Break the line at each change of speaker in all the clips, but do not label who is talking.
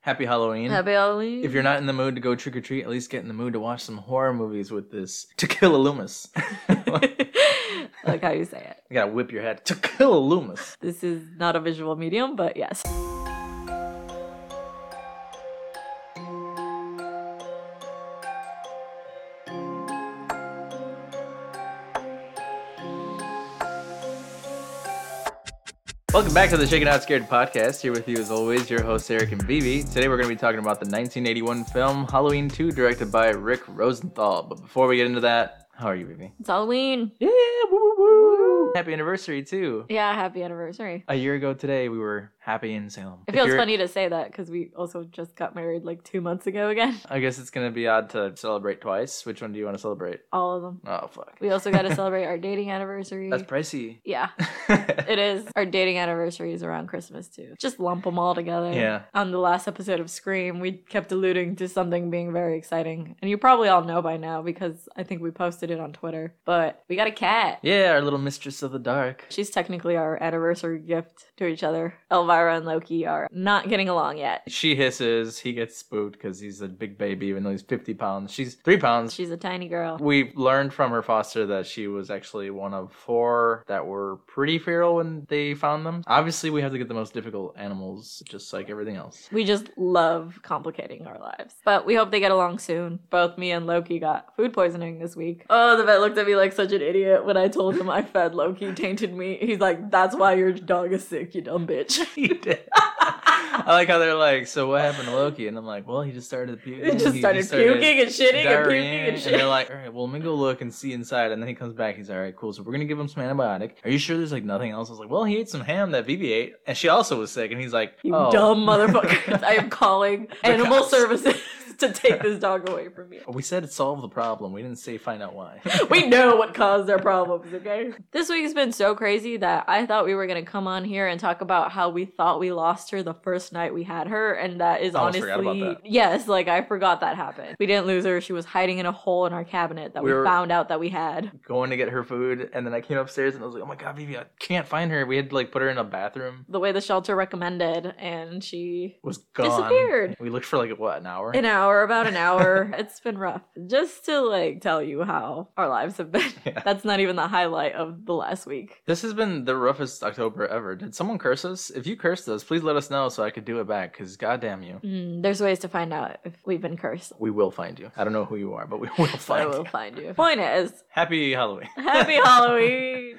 Happy Halloween.
Happy Halloween.
if you're not in the mood to go trick or treat, at least get in the mood to watch some horror movies with this Tequila Loomis. you
like how you say it.
gotta whip your head. Tequila Loomis.
This is not a visual medium, but yes.
Welcome back to the Shaken Out Scared podcast. Here with you, as always, your hosts Eric and Vivi. Today we're going to be talking about the 1981 film Halloween 2, directed by Rick Rosenthal. But before we get into that, how are you, Vivi?
It's Halloween.
Yeah, woo, woo, woo. Happy anniversary too.
Yeah, happy anniversary.
A year ago today, we were happy in Salem.
It
If
feels
you're-
funny to say that because we also just got married like two months ago again.
I guess it's gonna be odd to celebrate twice. Which one do you want to celebrate?
All of them.
Oh fuck,
We also got to celebrate our dating anniversary.
that's pricey.
yeah, it is. Our dating anniversary is around Christmas too. Just lump them all together.
Yeah.
On the last episode of Scream, we kept alluding to something being very exciting. And you probably all know by now because I think we posted it on Twitter. But we got a cat.
yeah, our little mistress of the dark.
She's technically our anniversary gift to each other. Elvira and Loki are not getting along yet.
She hisses. He gets spooked because he's a big baby, even though he's 50 pounds. She's three pounds.
She's a tiny girl.
We learned from her foster that she was actually one of four that were pretty feral when they found them. Obviously, we have to get the most difficult animals, just like everything else.
We just love complicating our lives. But we hope they get along soon. Both me and Loki got food poisoning this week. Oh, the vet looked at me like such an idiot when I told him I fed Loki tainted meat. He's like, that's why your dog is sick, you dumb bitch.
He did. I like how they're like, so what happened to Loki? And I'm like, well, he just started puking.
He just started puking and shitting and
diarrhea."
puking and
they're
shitting.
like, all right, well, let me go look and see inside. And then he comes back. He's all right, cool. So we're gonna give him some antibiotic. Are you sure there's like nothing else? I was like, well, he ate some ham that Vivi ate, and she also was sick. And he's like,
You
oh.
dumb motherfuckers. I am calling animal
cops.
services to take this dog away from you.
We said it solved the problem. We didn't say find out why.
we know what caused our problems, okay? This week's been so crazy that I thought we were going to come on here and talk about how we thought we lost her the first night we had her. And that is
Almost
honestly.
forgot about that.
Yes, like I forgot that happened. We didn't lose her. She was hiding in a hole in our cabinet that we,
We were-
found out that we had.
going to get her food, and then I came upstairs and I was like, "Oh my god, Vivi, I can't find her." We had to like put her in a bathroom.
The way the shelter recommended, and she.
Was gone.
Disappeared.
We looked for like what an hour.
An hour, about an hour. it's been rough. Just to like tell you how our lives have been.
Yeah.
That's not even the highlight of the last week.
this has been the roughest October ever. Did someone curse us? If you cursed us, please let us know so I could do it back. Cause goddamn you,
Mm, there's ways to find out if we've been cursed.
we will find you. I don't know who you are, but we will
I
find
will
you.
find you. Point is,
Happy Halloween.
happy Halloween.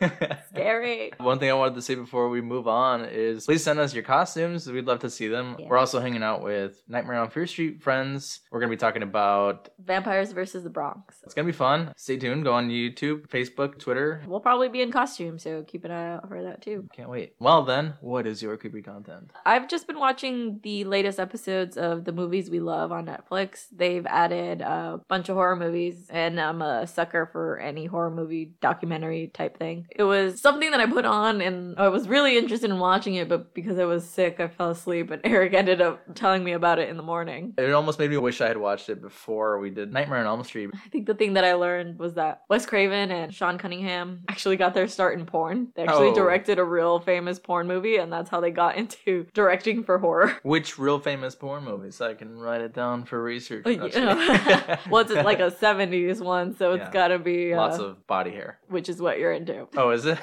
Scary.
One thing I wanted to say before we move on is please send us your costumes. We'd love to see them.
Yeah.
We're also hanging out with Nightmare on Fear Street friends. We're going to be talking about
Vampires versus the Bronx.
It's gonna be fun. Stay tuned. Go on YouTube, Facebook, Twitter.
We'll probably be in costume, so keep an eye out for that too.
Can't wait. Well then, what is your creepy content?
I've just been watching the latest episodes of the movies we love on Netflix. They've added a bunch of horror movies, and I'm a sucker for any horror movie documentary type thing. It was something that I put on, and I was really interested in watching it, but because I was sick, I fell asleep, and Eric ended up telling me about it in the morning.
It almost made me wish I had watched it before we did Nightmare on Elm Street.
I think the thing that I learned was that Wes Craven and Sean Cunningham actually got their start in porn. They actually
Oh.
directed a real famous porn movie, and that's how they got into directing for horror.
Which real famous porn movie? So I can write it down for research.
You
No, just
know.
kidding.
Oh, well, it's like a 70s one, so it's
Yeah.
gotta be uh,
lots of body hair.
which is what you're into.
Oh, is it?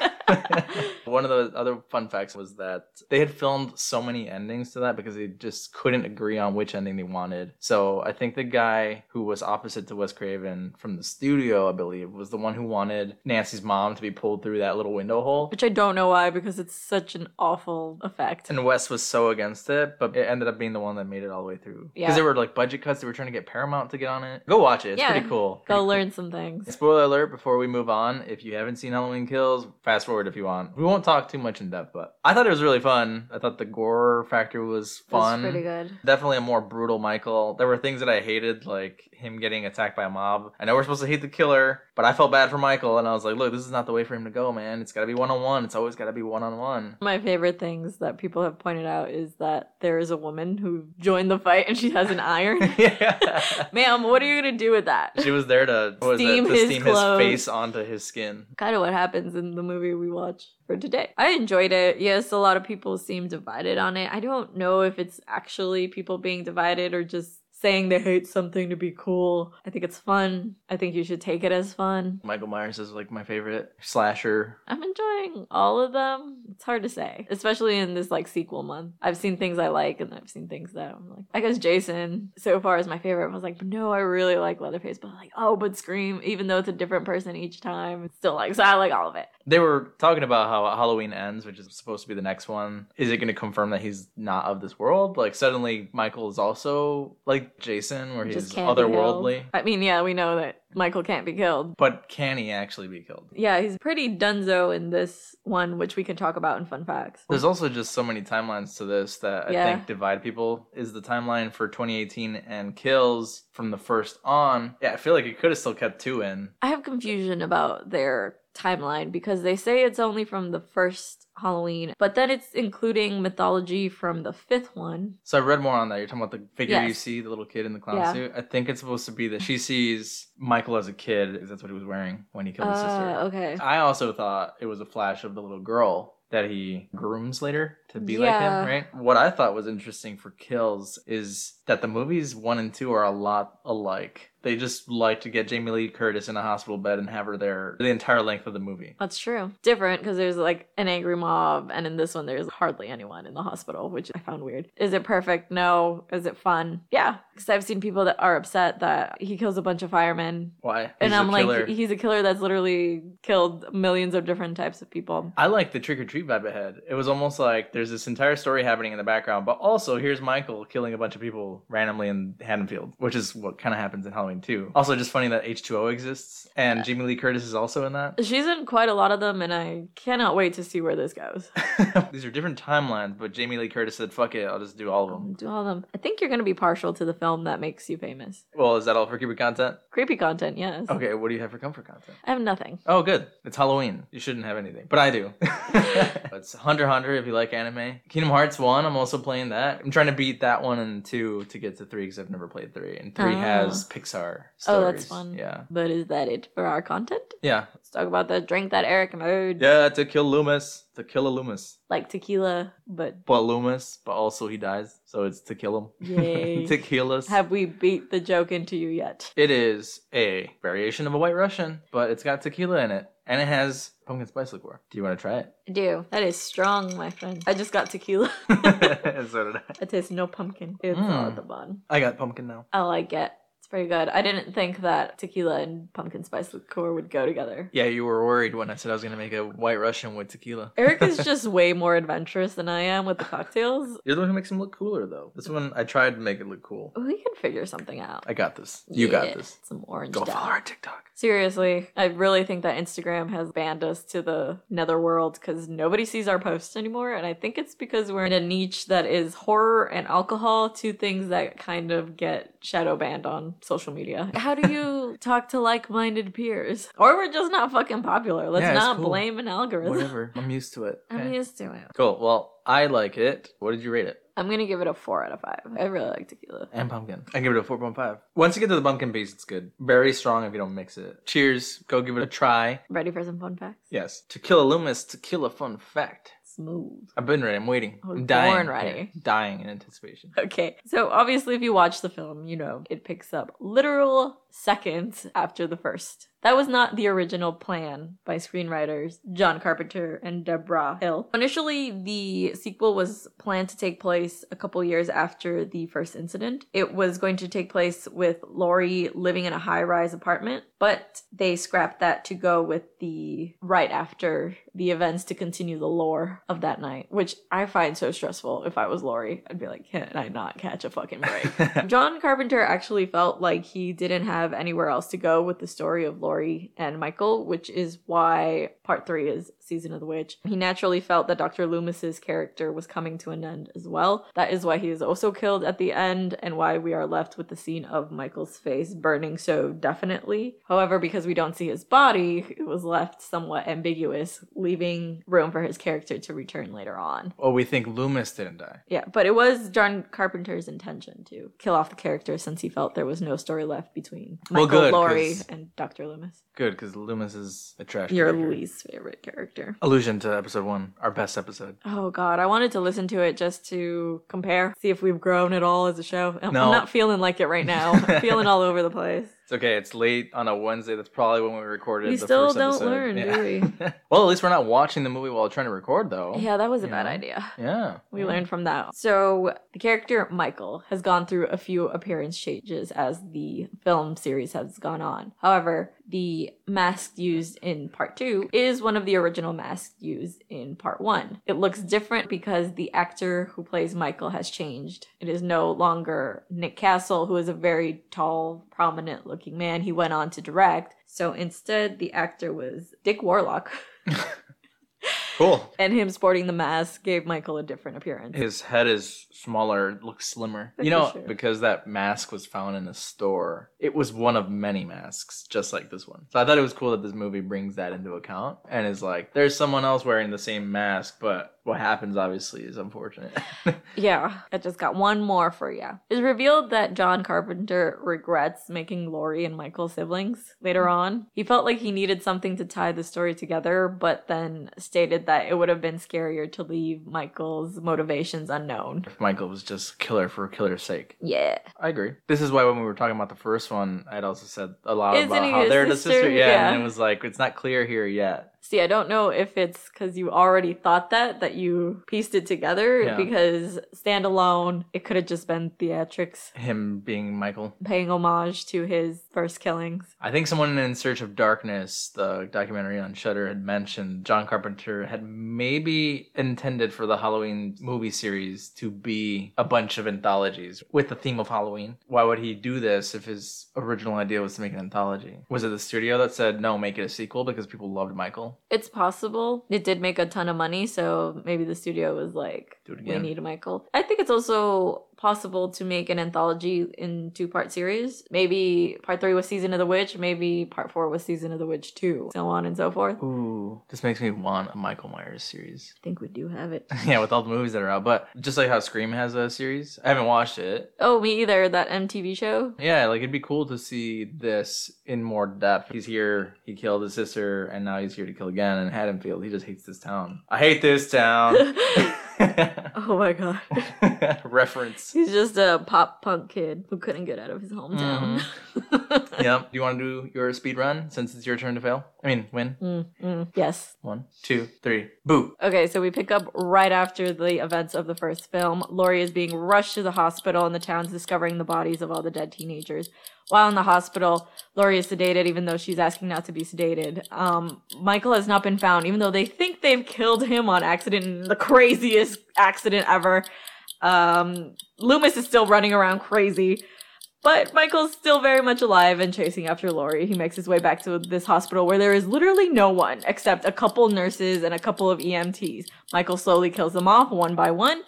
One of the other fun facts was that they had filmed so many endings to that because they just couldn't agree on which ending they wanted. So I think the guy who was opposite to Wes Craven from the studio, I believe, was the one who wanted Nancy's mom to be pulled through that little window hole.
Which I don't know why, because it's such an awful effect.
And Wes was so against it, but it ended up being the one that made it all the way through. Because
Yeah.
there were like budget cuts, they were trying to get Paramount to get on it. Go watch it. It's
Yeah.
pretty cool. Pretty
Go
cool.
learn some things.
Spoiler alert before we move on, if you haven't seen Halloween Kills, fast forward if you want. We won't talk too much in depth, but I thought it was really fun. I thought the gore factor was fun.
It's pretty good.
Definitely a more brutal Michael. There were things that I hated, like him getting attacked by a mob. I know we're supposed to hate the killer, but I felt bad for Michael and I was like, look, this is not the way for him to go, man. It's gotta be one on one. It's always gotta be one on one.
My favorite things that people have pointed out is that there is a woman who joined the fight and she has an iron.
Yeah.
Ma'am, what are you gonna do with that?
She was there to, what was
Steam
it, to
his
steam
clothes.
his face onto his skin.
kind of what happens in the movie we rewatch for today. I enjoyed it. Yes, a lot of people seem divided on it. I don't know if it's actually people being divided or just saying they hate something to be cool. I think it's fun. I think you should take it as fun.
Michael Myers is like my favorite slasher.
I'm enjoying all of them. It's hard to say, especially in this like sequel month. I've seen things I like and I've seen things that I'm like, I guess Jason so far is my favorite. I was like, no, I really like Leatherface, but I'm like, oh, but Scream, even though it's a different person each time, it's still like, so I like all of it.
They were talking about how Halloween ends, which is supposed to be the next one. Is it going to confirm that he's not of this world? Like suddenly Michael is also like Jason, where
Just
he's
can't be
otherworldly.
held. I mean, yeah, we know that Michael can't be killed.
But can he actually be killed?
Yeah, he's pretty dunzo in this one, which we can talk about in fun facts.
There's also just so many timelines to this that I
Yeah.
think divide people. Is the timeline for 2018 and kills from the first on? Yeah, I feel like it could have still kept two in.
I have confusion about their timeline because they say it's only from the first Halloween, but then it's including mythology from the fifth one.
So I read more on that. You're talking about the figure you
Yes.
see, the little kid in the clown
Yeah.
suit. I think it's supposed to be that she sees Michael as a kid because that's what he was wearing when he killed his
Uh,
sister.
okay.
I also thought it was a flash of the little girl that he grooms later to be like
Yeah.
him, right? What I thought was interesting for Kills is that the movies one and two are a lot alike. They just like to get Jamie Lee Curtis in a hospital bed and have her there the entire length of the movie.
That's true. Different because there's like an angry mob, and in this one, there's hardly anyone in the hospital, which I found weird. Is it perfect? No. Is it fun? Yeah. Because I've seen people that are upset that he kills a bunch of firemen.
Why?
And
He's a
I'm like,
killer.
he's a killer that's literally killed millions of different types of people.
I like the trick or treat vibe ahead. It was almost like there's this entire story happening in the background, but also here's Michael killing a bunch of people randomly in Haddonfield, which is what kind of happens in Halloween too. Also, just funny that H2O exists and Jamie Lee Curtis is also in that.
She's in quite a lot of them, and I cannot wait to see where this goes.
These are different timelines, but Jamie Lee Curtis said, "Fuck it, I'll just do all of them."
Um, Do all of them. I think you're going to be partial to the film that makes you famous.
Well, is that all for Cuba content?
Creepy content, yes.
Okay, what do you have for comfort content?
I have nothing.
Oh, good. It's Halloween. You shouldn't have anything, but I do. it's Hunter x Hunter if you like anime. Kingdom Hearts 1, I'm also playing that. I'm trying to beat that one and 2 to get to 3 because I've never played 3. And 3
Ah.
has Pixar stories.
Oh, that's fun.
Yeah.
But is that it for our content?
Yeah.
Let's talk about the drink that Eric made.
Yeah, to kill Loomis. To kill a Loomis.
Like tequila, but
But Loomis, but also he dies, so it's to kill
Yay.
him. to kill us.
have we beat the joke into you yet?
It is a variation of a White Russian, but it's got tequila in it. And it has pumpkin spice liqueur. Do you want to try it?
I do. That is strong, my friend. I just got tequila.
so did I.
I taste no pumpkin. It's all
Mm.
at the bun.
I got pumpkin now.
I like it. It's pretty good. I didn't think that tequila and pumpkin spice liqueur would go together.
Yeah, you were worried when I said I was going to make a White Russian with tequila.
Eric is just way more adventurous than I am with the cocktails.
You're the one who makes them look cooler, though. This one, I tried to make it look cool.
We can figure something out.
I got this. You
Yeah,
got this.
Some orange.
Go
dye.
follow our TikTok.
Seriously, I really think that Instagram has banned us to the netherworld because nobody sees our posts anymore. And I think it's because we're in a niche that is horror and alcohol, two things that kind of get shadow banned on social media. How do you talk to like minded peers? Or we're just not fucking popular. Let's
Yeah, it's
not
cool.
blame an algorithm.
Whatever. I'm used to it.
I'm
Okay.
used to it.
Cool. Well, I like it. What did you rate it?
I'm gonna give it a four out of five. I really like tequila.
And pumpkin. I give it a 4.5. Once you get to the pumpkin piece, it's good. Very strong if you don't mix it. Cheers. Go give it a try.
Ready for some fun facts?
Yes. Tequila Loomis, tequila fun fact.
Smooth.
I've been ready. I'm waiting.
I was
I'm dying.
born Oh, ready.
Yeah, dying in anticipation.
Okay, so obviously, if you watch the film, you know it picks up literal seconds after the first. That was not the original plan by screenwriters John Carpenter and Deborah Hill. Initially, the sequel was planned to take place a couple years after the first incident. It was going to take place with Laurie living in a high rise apartment, but they scrapped that to go with the right after the events to continue the lore of that night, which I find so stressful. If I was Laurie, I'd be like, can I not catch a fucking break? John Carpenter actually felt like he didn't have anywhere else to go with the story of Laurie and Michael, which is why part three is Season of the Witch. He naturally felt that Dr. Loomis's character was coming to an end as well. That is why he is also killed at the end and why we are left with the scene of Michael's face burning so definitely. However, because we don't see his body, it was left somewhat ambiguous, leaving room for his character to return later on.
well, we think Loomis didn't die.
Yeah, but it was John Carpenter's intention to kill off the character since he felt there was no story left between
Well,
Michael
good,
Laurie
'cause-
and Dr. Loomis.
Good, because Loomis is a trash.
Your
character.
least favorite character.
Allusion to episode one, our best episode.
Oh god, I wanted to listen to it just to compare, see if we've grown at all as a show. I'm,
No.
I'm not feeling like it right now. I'm feeling all over the place.
It's okay. It's late on a Wednesday. That's probably when we recorded.
We
the
still
first
don't
episode.
learn,
Yeah.
do we?
well, at least we're not watching the movie while trying to record, though.
Yeah, that was a
you
bad
know?
idea.
Yeah.
We
Yeah.
learned from that. So, the character Michael has gone through a few appearance changes as the film series has gone on. However, the mask used in part two is one of the original masks used in part one. It looks different because the actor who plays Michael has changed. It is no longer Nick Castle, who is a very tall, prominent looking man. He went on to direct. So, instead, the actor was Dick Warlock.
Cool.
And him sporting the mask gave Michael a different appearance.
His head is smaller, looks slimmer.
That's
you know,
for sure.
because that mask was found in a store, it was one of many masks, just like this one. So I thought it was cool that this movie brings that into account and is like, there's someone else wearing the same mask, but what happens obviously is unfortunate.
Yeah, I just got one more for you. It's revealed that John Carpenter regrets making Laurie and Michael siblings later on. He felt like he needed something to tie the story together, but then stated that it would have been scarier to leave Michael's motivations unknown.
if Michael was just killer for killer's sake.
Yeah.
I agree. This is why when we were talking about the first one, I'd also said a lot
Isn't
about
he
how
his
they're the
sister?
sister. Yeah, and
Yeah.
it was like it's not clear here yet.
See, I don't know if it's because you already thought that, that you pieced it together,
Yeah.
because standalone, it could have just been theatrics
Him being Michael.
paying homage to his first killings.
I think someone in Search of Darkness, the documentary on Shudder, had mentioned John Carpenter had maybe intended for the Halloween movie series to be a bunch of anthologies with the theme of Halloween. Why would he do this if his original idea was to make an anthology? Was it the studio that said no, make it a sequel because people loved Michael?
It's possible. It did make a ton of money, so maybe the studio was like,
Do it
we
again.
need a Michael. I think it's also possible to make an anthology in two part series. Maybe part three was Season of the Witch, maybe part four was Season of the Witch 2, so on and so forth. I
Ooh, this makes me want a Michael Myers series.
think we do have it.
yeah, with all the movies that are out. But just like how Scream has a series, I haven't watched it.
Oh, me either, that MTV show.
Yeah, like it'd be cool to see this in more depth. He's here, he killed his sister, and now he's here to kill again. And Haddonfield, he just hates this town. I hate this town.
Oh my god.
Reference.
He's just a pop punk kid who couldn't get out of his hometown.
Yep. Do you want to do your speed run since it's your turn to fail? I mean, win.
Mm, mm. Yes.
One, two, three. Boo.
Okay, so we pick up right after the events of the first film. Laurie is being rushed to the hospital, and the town's discovering the bodies of all the dead teenagers. While in the hospital, Laurie is sedated, even though she's asking not to be sedated. Um, Michael has not been found, even though they think they've killed him on accident, in the craziest accident ever. Um, Loomis is still running around crazy. But Michael's still very much alive and chasing after Laurie. He makes his way back to this hospital where there is literally no one except a couple nurses and a couple of EMTs. Michael slowly kills them off one by one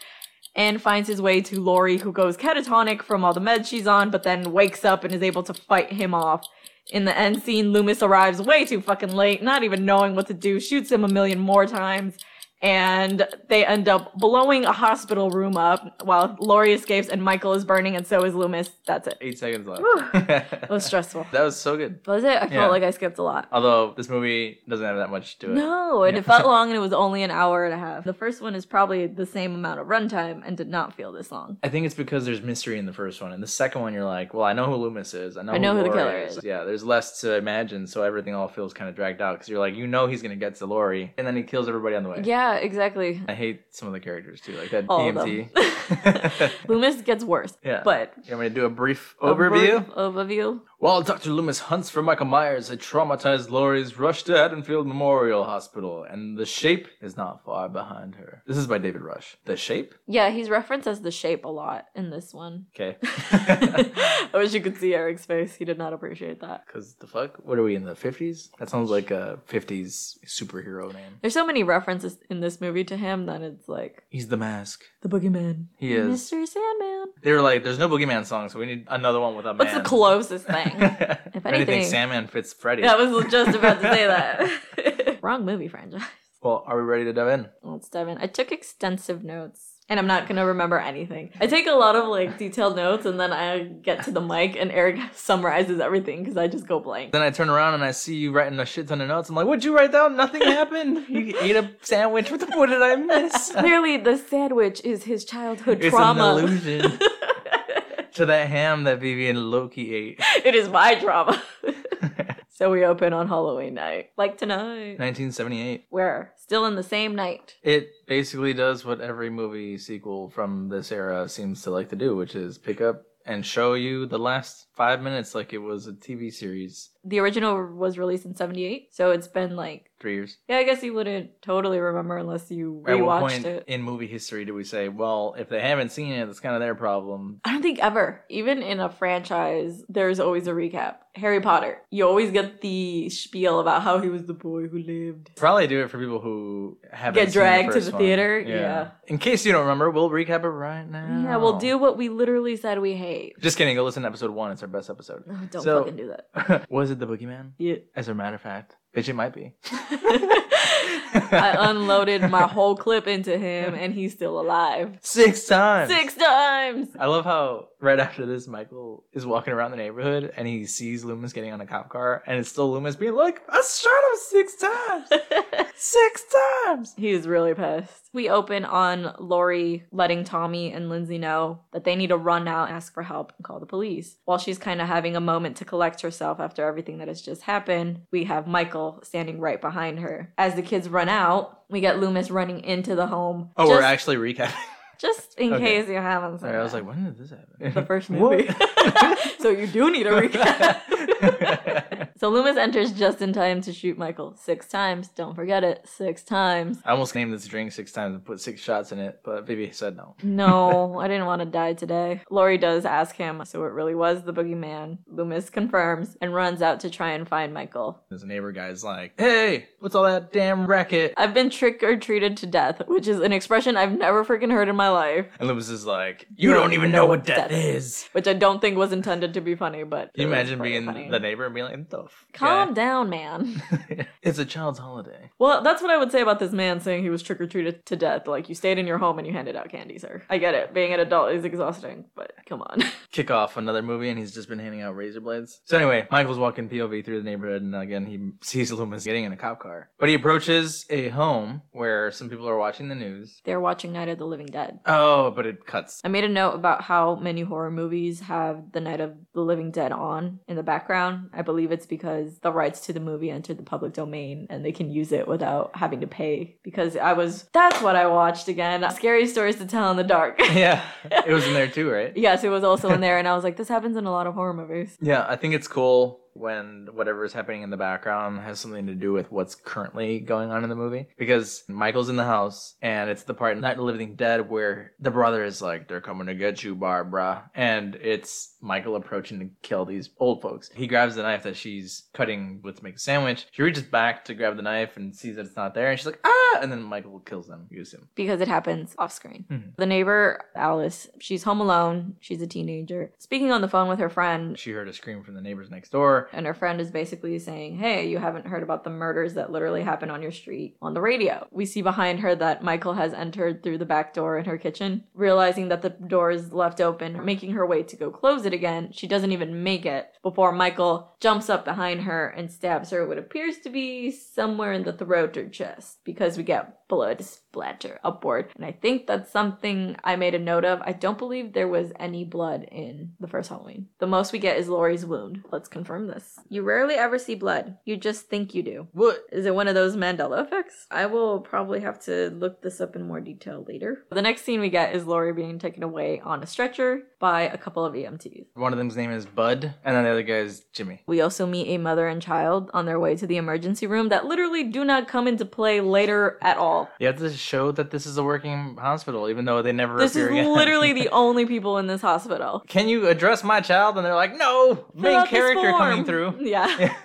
and finds his way to Laurie, who goes catatonic from all the meds she's on, but then wakes up and is able to fight him off. In the end scene, Loomis arrives way too fucking late, not even knowing what to do, shoots him a million more times, and they end up blowing a hospital room up while Laurie escapes and Michael is burning, and so is Loomis. That's it.
Eight seconds left.
Whew.
that
It was stressful.
That was so good.
Was it? I felt
Yeah.
like I skipped a lot.
Although this movie doesn't have that much to it.
No, and
Yeah.
it felt long and it was only an hour and a half. The first one is probably the same amount of runtime and did not feel this long.
I think it's because there's mystery in the first one. In the second one, you're like, well, I know who Loomis is. I know,
I know who the
Laurie
killer is.
Yeah, there's less to imagine, so everything all feels kind of dragged out because you're like, you know, he's gonna get to Lori, and then he kills everybody on the way.
Yeah, exactly.
I hate some of the characters too, like that
All of them.
EMT.
Loomis gets worse.
E Yeah.
But
You want me to do a brief
a
overview?
brief overview.
While Dr. Loomis hunts for Michael Myers, a traumatized Laurie is rushed to Haddonfield Memorial Hospital, and the shape is not far behind her. This is by David Rush. The shape?
Yeah, he's referenced as the shape a lot in this one.
Okay.
I wish you could see Eric's face. He did not appreciate that.
Cause the fuck? What are we in the fifties? That sounds like a fifties superhero name.
There's so many references in this movie to him that it's like
He's the mask.
the boogeyman.
He is.
Mr. Sandman.
They were like, "There's no boogeyman song, so we need another one with a man."
What's the closest thing?
if anything,
anything-
Sandman fits Freddy.
Yeah, I was just about to say that. Wrong movie franchise.
well, are we ready to dive in?
Well, it's Devin. I took extensive notes and I'm not gonna remember anything. I take a lot of like detailed notes, and then I get to the mic, and Eric summarizes everything because I just go blank.
Then I turn around and I see you writing a shit ton of notes. I'm like, what'd you write down? Nothing happened. You ate a sandwich. What, the, what did I miss?
Clearly, the sandwich is his childhood
it's
trauma.
an illusion to that ham that Vivian Loki ate.
it is my trauma. so we open on Halloween night, like tonight.
1978.
We're still in the same night.
It basically does what every movie sequel from this era seems to like to do, which is pick up and show you the last five minutes like it was a TV series.
The original was released in '78, so it's been like,
Three years.
yeah, I guess you wouldn't totally remember unless you
At
rewatched
what point
it.
in movie history do we say, well, if they haven't seen it, that's kind of their problem?
I don't think ever. Even in a franchise, there's always a recap. Harry Potter, you always get the spiel about how he was the boy who lived.
Probably do it for people who haven't
Get
seen the
dragged to
first
the
one.
theater? Yeah.
In case you don't remember, we'll recap it right now.
Yeah, we'll do what we literally said we hate.
Just kidding. Go listen to episode one. It's our best episode.
Oh, don't
So-
fucking do that.
was it the Boogeyman?
Yeah.
As a matter of fact, bitch, it might be.
I unloaded my whole clip into him and he's still alive.
Six times.
Six times!
I love how right after this, Michael is walking around the neighborhood and he sees Loomis getting on a cop car, and it's still Loomis being like, "I shot him six times, six times."
He's really pissed. We open on Lori letting Tommy and Lindsay know that they need to run out and ask for help and call the police. While she's kind of having a moment to collect herself after everything that has just happened, we have Michael standing right behind her. As the kids run out, we get Loomis running into the home.
Oh,
just,
we're actually recapping.
just in
okay.
case you haven't. seen
Sorry, I was
that.
like, when did this happen?
the first
What?
movie. so you do need a recap. so Loomis enters just in time to shoot Michael six times. Don't forget it, six times.
I almost named this drink six times and put six shots in it, but Vivi said no.
No, I didn't want to die today. Lori does ask him, so it really was the boogeyman. Loomis confirms and runs out to try and find Michael.
This neighbor guy's like, "Hey, what's all that damn racket?"
I've been trick or treated to death, which is an expression I've never freaking heard in my life,
And Loomis is like, "You don't even know what death is."
which I don't think was intended to be funny, but.
Can
it
you
was
imagine
pretty
being
funny.
the neighbor and being like, "The f-
Calm down, man.
guy." it's a child's holiday.
Well, that's what I would say about this man saying he was trick or treated to death. Like, you stayed in your home and you handed out candy, sir. I get it. Being an adult is exhausting, but come on.
Kick off another movie, and he's just been handing out razor blades. So anyway, Michael's walking POV through the neighborhood, and again he sees Loomis getting in a cop car. But he approaches a home where some people are watching the news.
They're watching Night of the Living Dead.
Oh, but it cuts.
I made a note about how many horror movies have The Night of the Living Dead on in the background. I believe it's because the rights to the movie entered the public domain and they can use it without having to pay. Because I was, that's what I watched again Scary Stories to Tell in the Dark.
yeah, it was in there too, right?
yes, it was also in there. And I was like, this happens in a lot of horror movies.
Yeah, I think it's cool when whatever is happening in the background has something to do with what's currently going on in the movie. Because Michael's in the house, and it's the part in Night of the Living Dead where the brother is like, "They're coming to get you, Barbara," and it's Michael approaching to kill these old folks. He grabs the knife that she's cutting with to make a sandwich. She reaches back to grab the knife and sees that it's not there, and she's like, "Ah!" And then Michael kills them, use him.
because it happens off screen.
Mhm.
The neighbor, Alice, she's home alone. She's a teenager. Speaking on the phone with her friend,
She heard a scream from the neighbors next door.
and her friend is basically saying, Hey, you haven't heard about the murders that literally happened on your street on the radio. We see behind her that Michael has entered through the back door in her kitchen. Realizing that the door is left open, making her way to go close it again, she doesn't even make it before Michael jumps up behind her and stabs her what appears to be somewhere in the throat or chest because we get blood splatter upward. And I think that's something I made a note of. I don't believe there was any blood in the first Halloween. The most we get is Laurie's wound. Let's confirm this. You rarely ever see blood. You just think you do.
What?
Is it one of those Mandela effects? I will probably have to look this up in more detail later. The next scene we get is Laurie being taken away on a stretcher by a couple of E EMTs.
One of them's name is Bud, and then the other guy is Jimmy.
We also meet a mother and child on their way to the emergency room that literally do not come into play later at all.
You have to show that this is a working hospital, even though they never.
This is
appear again.
literally the only people in this hospital.
Can you address my child? And they're like, no,
Fill
main
out this
character coming
form.
through.
Yeah.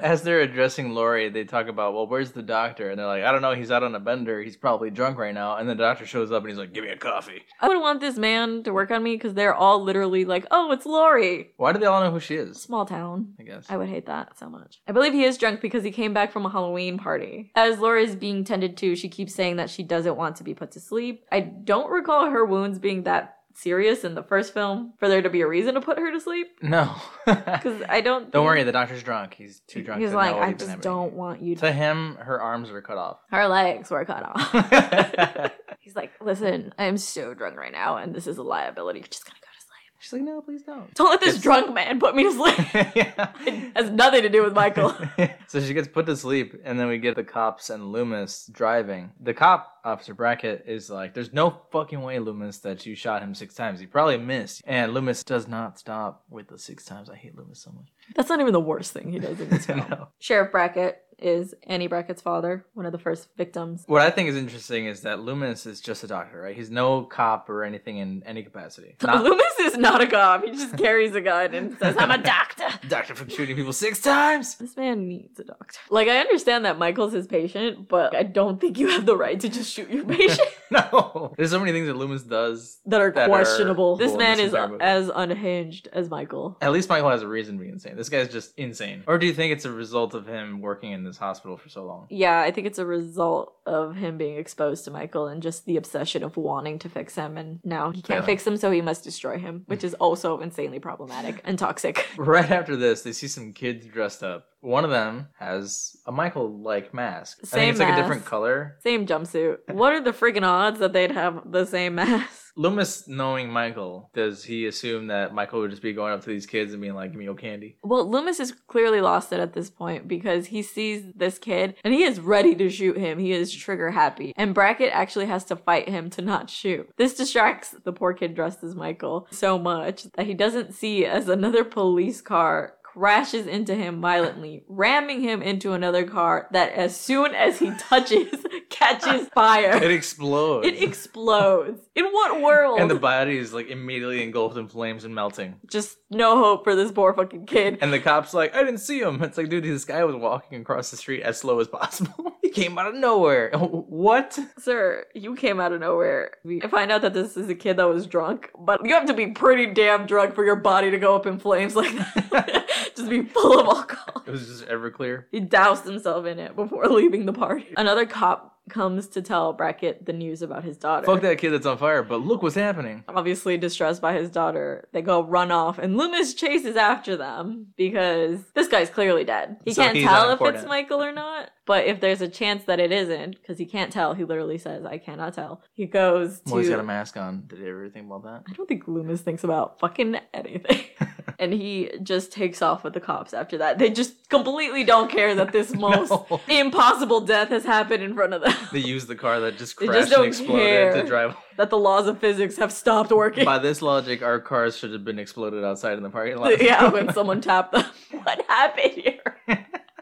as they're addressing Lori, they talk about, well, where's the doctor? And they're like, I don't know. He's out on a bender. He's probably drunk right now. And the doctor shows up and he's like, give me a coffee.
I would want this man to work on me because they're all literally like, oh, it's Lori.
Why do they all know who she is?
Small town.
I guess.
I would hate that so much. I believe he is drunk because he came back from a Halloween party. As Laura is being tended to, she keeps saying that she doesn't want to be put to sleep. I don't recall her wounds being that serious in the first film for there to be a reason to put her to sleep.
No.
Because I don't.
Don't
think-
worry. The doctor's drunk. He's too drunk.
He's
to
like,
know what
I
even
just
happened."
don't want you. to.
To him, her arms were cut off.
Her legs were cut off. He's like, listen, I'm so drunk right now, and this is a liability. You're just gonna go to sleep.
She's like, no, please don't.
Don't let this
It's-
drunk man put me to sleep.
yeah.
it has nothing to do with Michael.
so she gets put to sleep, and then we get the cops and Loomis driving. The cop, Officer Brackett, is like, There's no fucking way, Loomis, that you shot him six times. He probably missed. And Loomis does not stop with the six times. I hate Loomis so much.
That's not even the worst thing he does in this film.
No.
Sheriff Brackett is Annie Brackett's father, one of the first victims.
What I think is interesting is that Loomis is just a doctor, right? He's no cop or anything in any capacity. Not
Loomis is not a cop. He just carries a gun and says, I'm a doctor.
doctor for shooting people six times.
This man needs a doctor. Like, I understand that Michael's his patient, but I don't think you have the right to just shoot your patient
No. There's so many things that Loomis does.
that are
That are
questionable. this
cool in
man
this
is
entire movie.
as unhinged as Michael.
At least Michael has a reason to be insane. This guy's just insane. Or do you think it's a result of him working in this hospital for so long?
Yeah, I think it's a result of him being exposed to Michael and just the obsession of wanting to fix him. And now he can't
Failing.
fix him, so he must destroy him, which is also insanely problematic and toxic.
Right after this, they see some kids dressed up. One of them has a Michael like mask. I
Same
think it's like a different
mask.
color.
Same jumpsuit. What are the freaking odds that they'd have the same mask?
Loomis, knowing Michael, does he assume that Michael would just be going up to these kids and being like, give me your candy?
Well, Loomis has clearly lost it at this point because he sees this kid and he is ready to shoot him. He is trigger happy. And Brackett actually has to fight him to not shoot. This distracts the poor kid dressed as Michael so much that he doesn't see as another police car crashes into him violently, ramming him into another car that as soon as he touches catches
It
fire.
explodes.
It explodes. In what world?
and the body is like immediately engulfed in flames and melting.
just no hope for this poor fucking kid.
And the cop's like, I didn't see him. It's like, dude, this guy was walking across the street as slow as possible. he came out of nowhere. What?
Sir, you came out of nowhere. We find out that this is a kid that was drunk, but you have to be pretty damn drunk for your body to go up in flames like that. just be full of alcohol.
It was just Everclear.
He doused himself in it before leaving the party. Another cop comes to tell Brackett the news about his daughter.
Fuck that kid that's on fire, but look what's happening.
Obviously distressed by his daughter, they go run off, and Loomis chases after them because this guy's clearly dead. He
So
can't
he's
tell if
unimportant.
it's Michael or not, but if there's a chance that it isn't, because he can't tell, he literally says, "I cannot tell." He goes to.
Well, he's got a mask on. Did you ever think about that?
I don't think Loomis thinks about fucking anything. and he just takes off with the cops after that. They just completely don't care that this most
No.
impossible death has happened in front of them.
They used the car that just
They just
crashed
don't
and exploded
care.
to drive.
that the laws of physics have stopped working.
By this logic, our cars should have been exploded outside in the parking lot.
yeah, when someone tapped them. What happened here?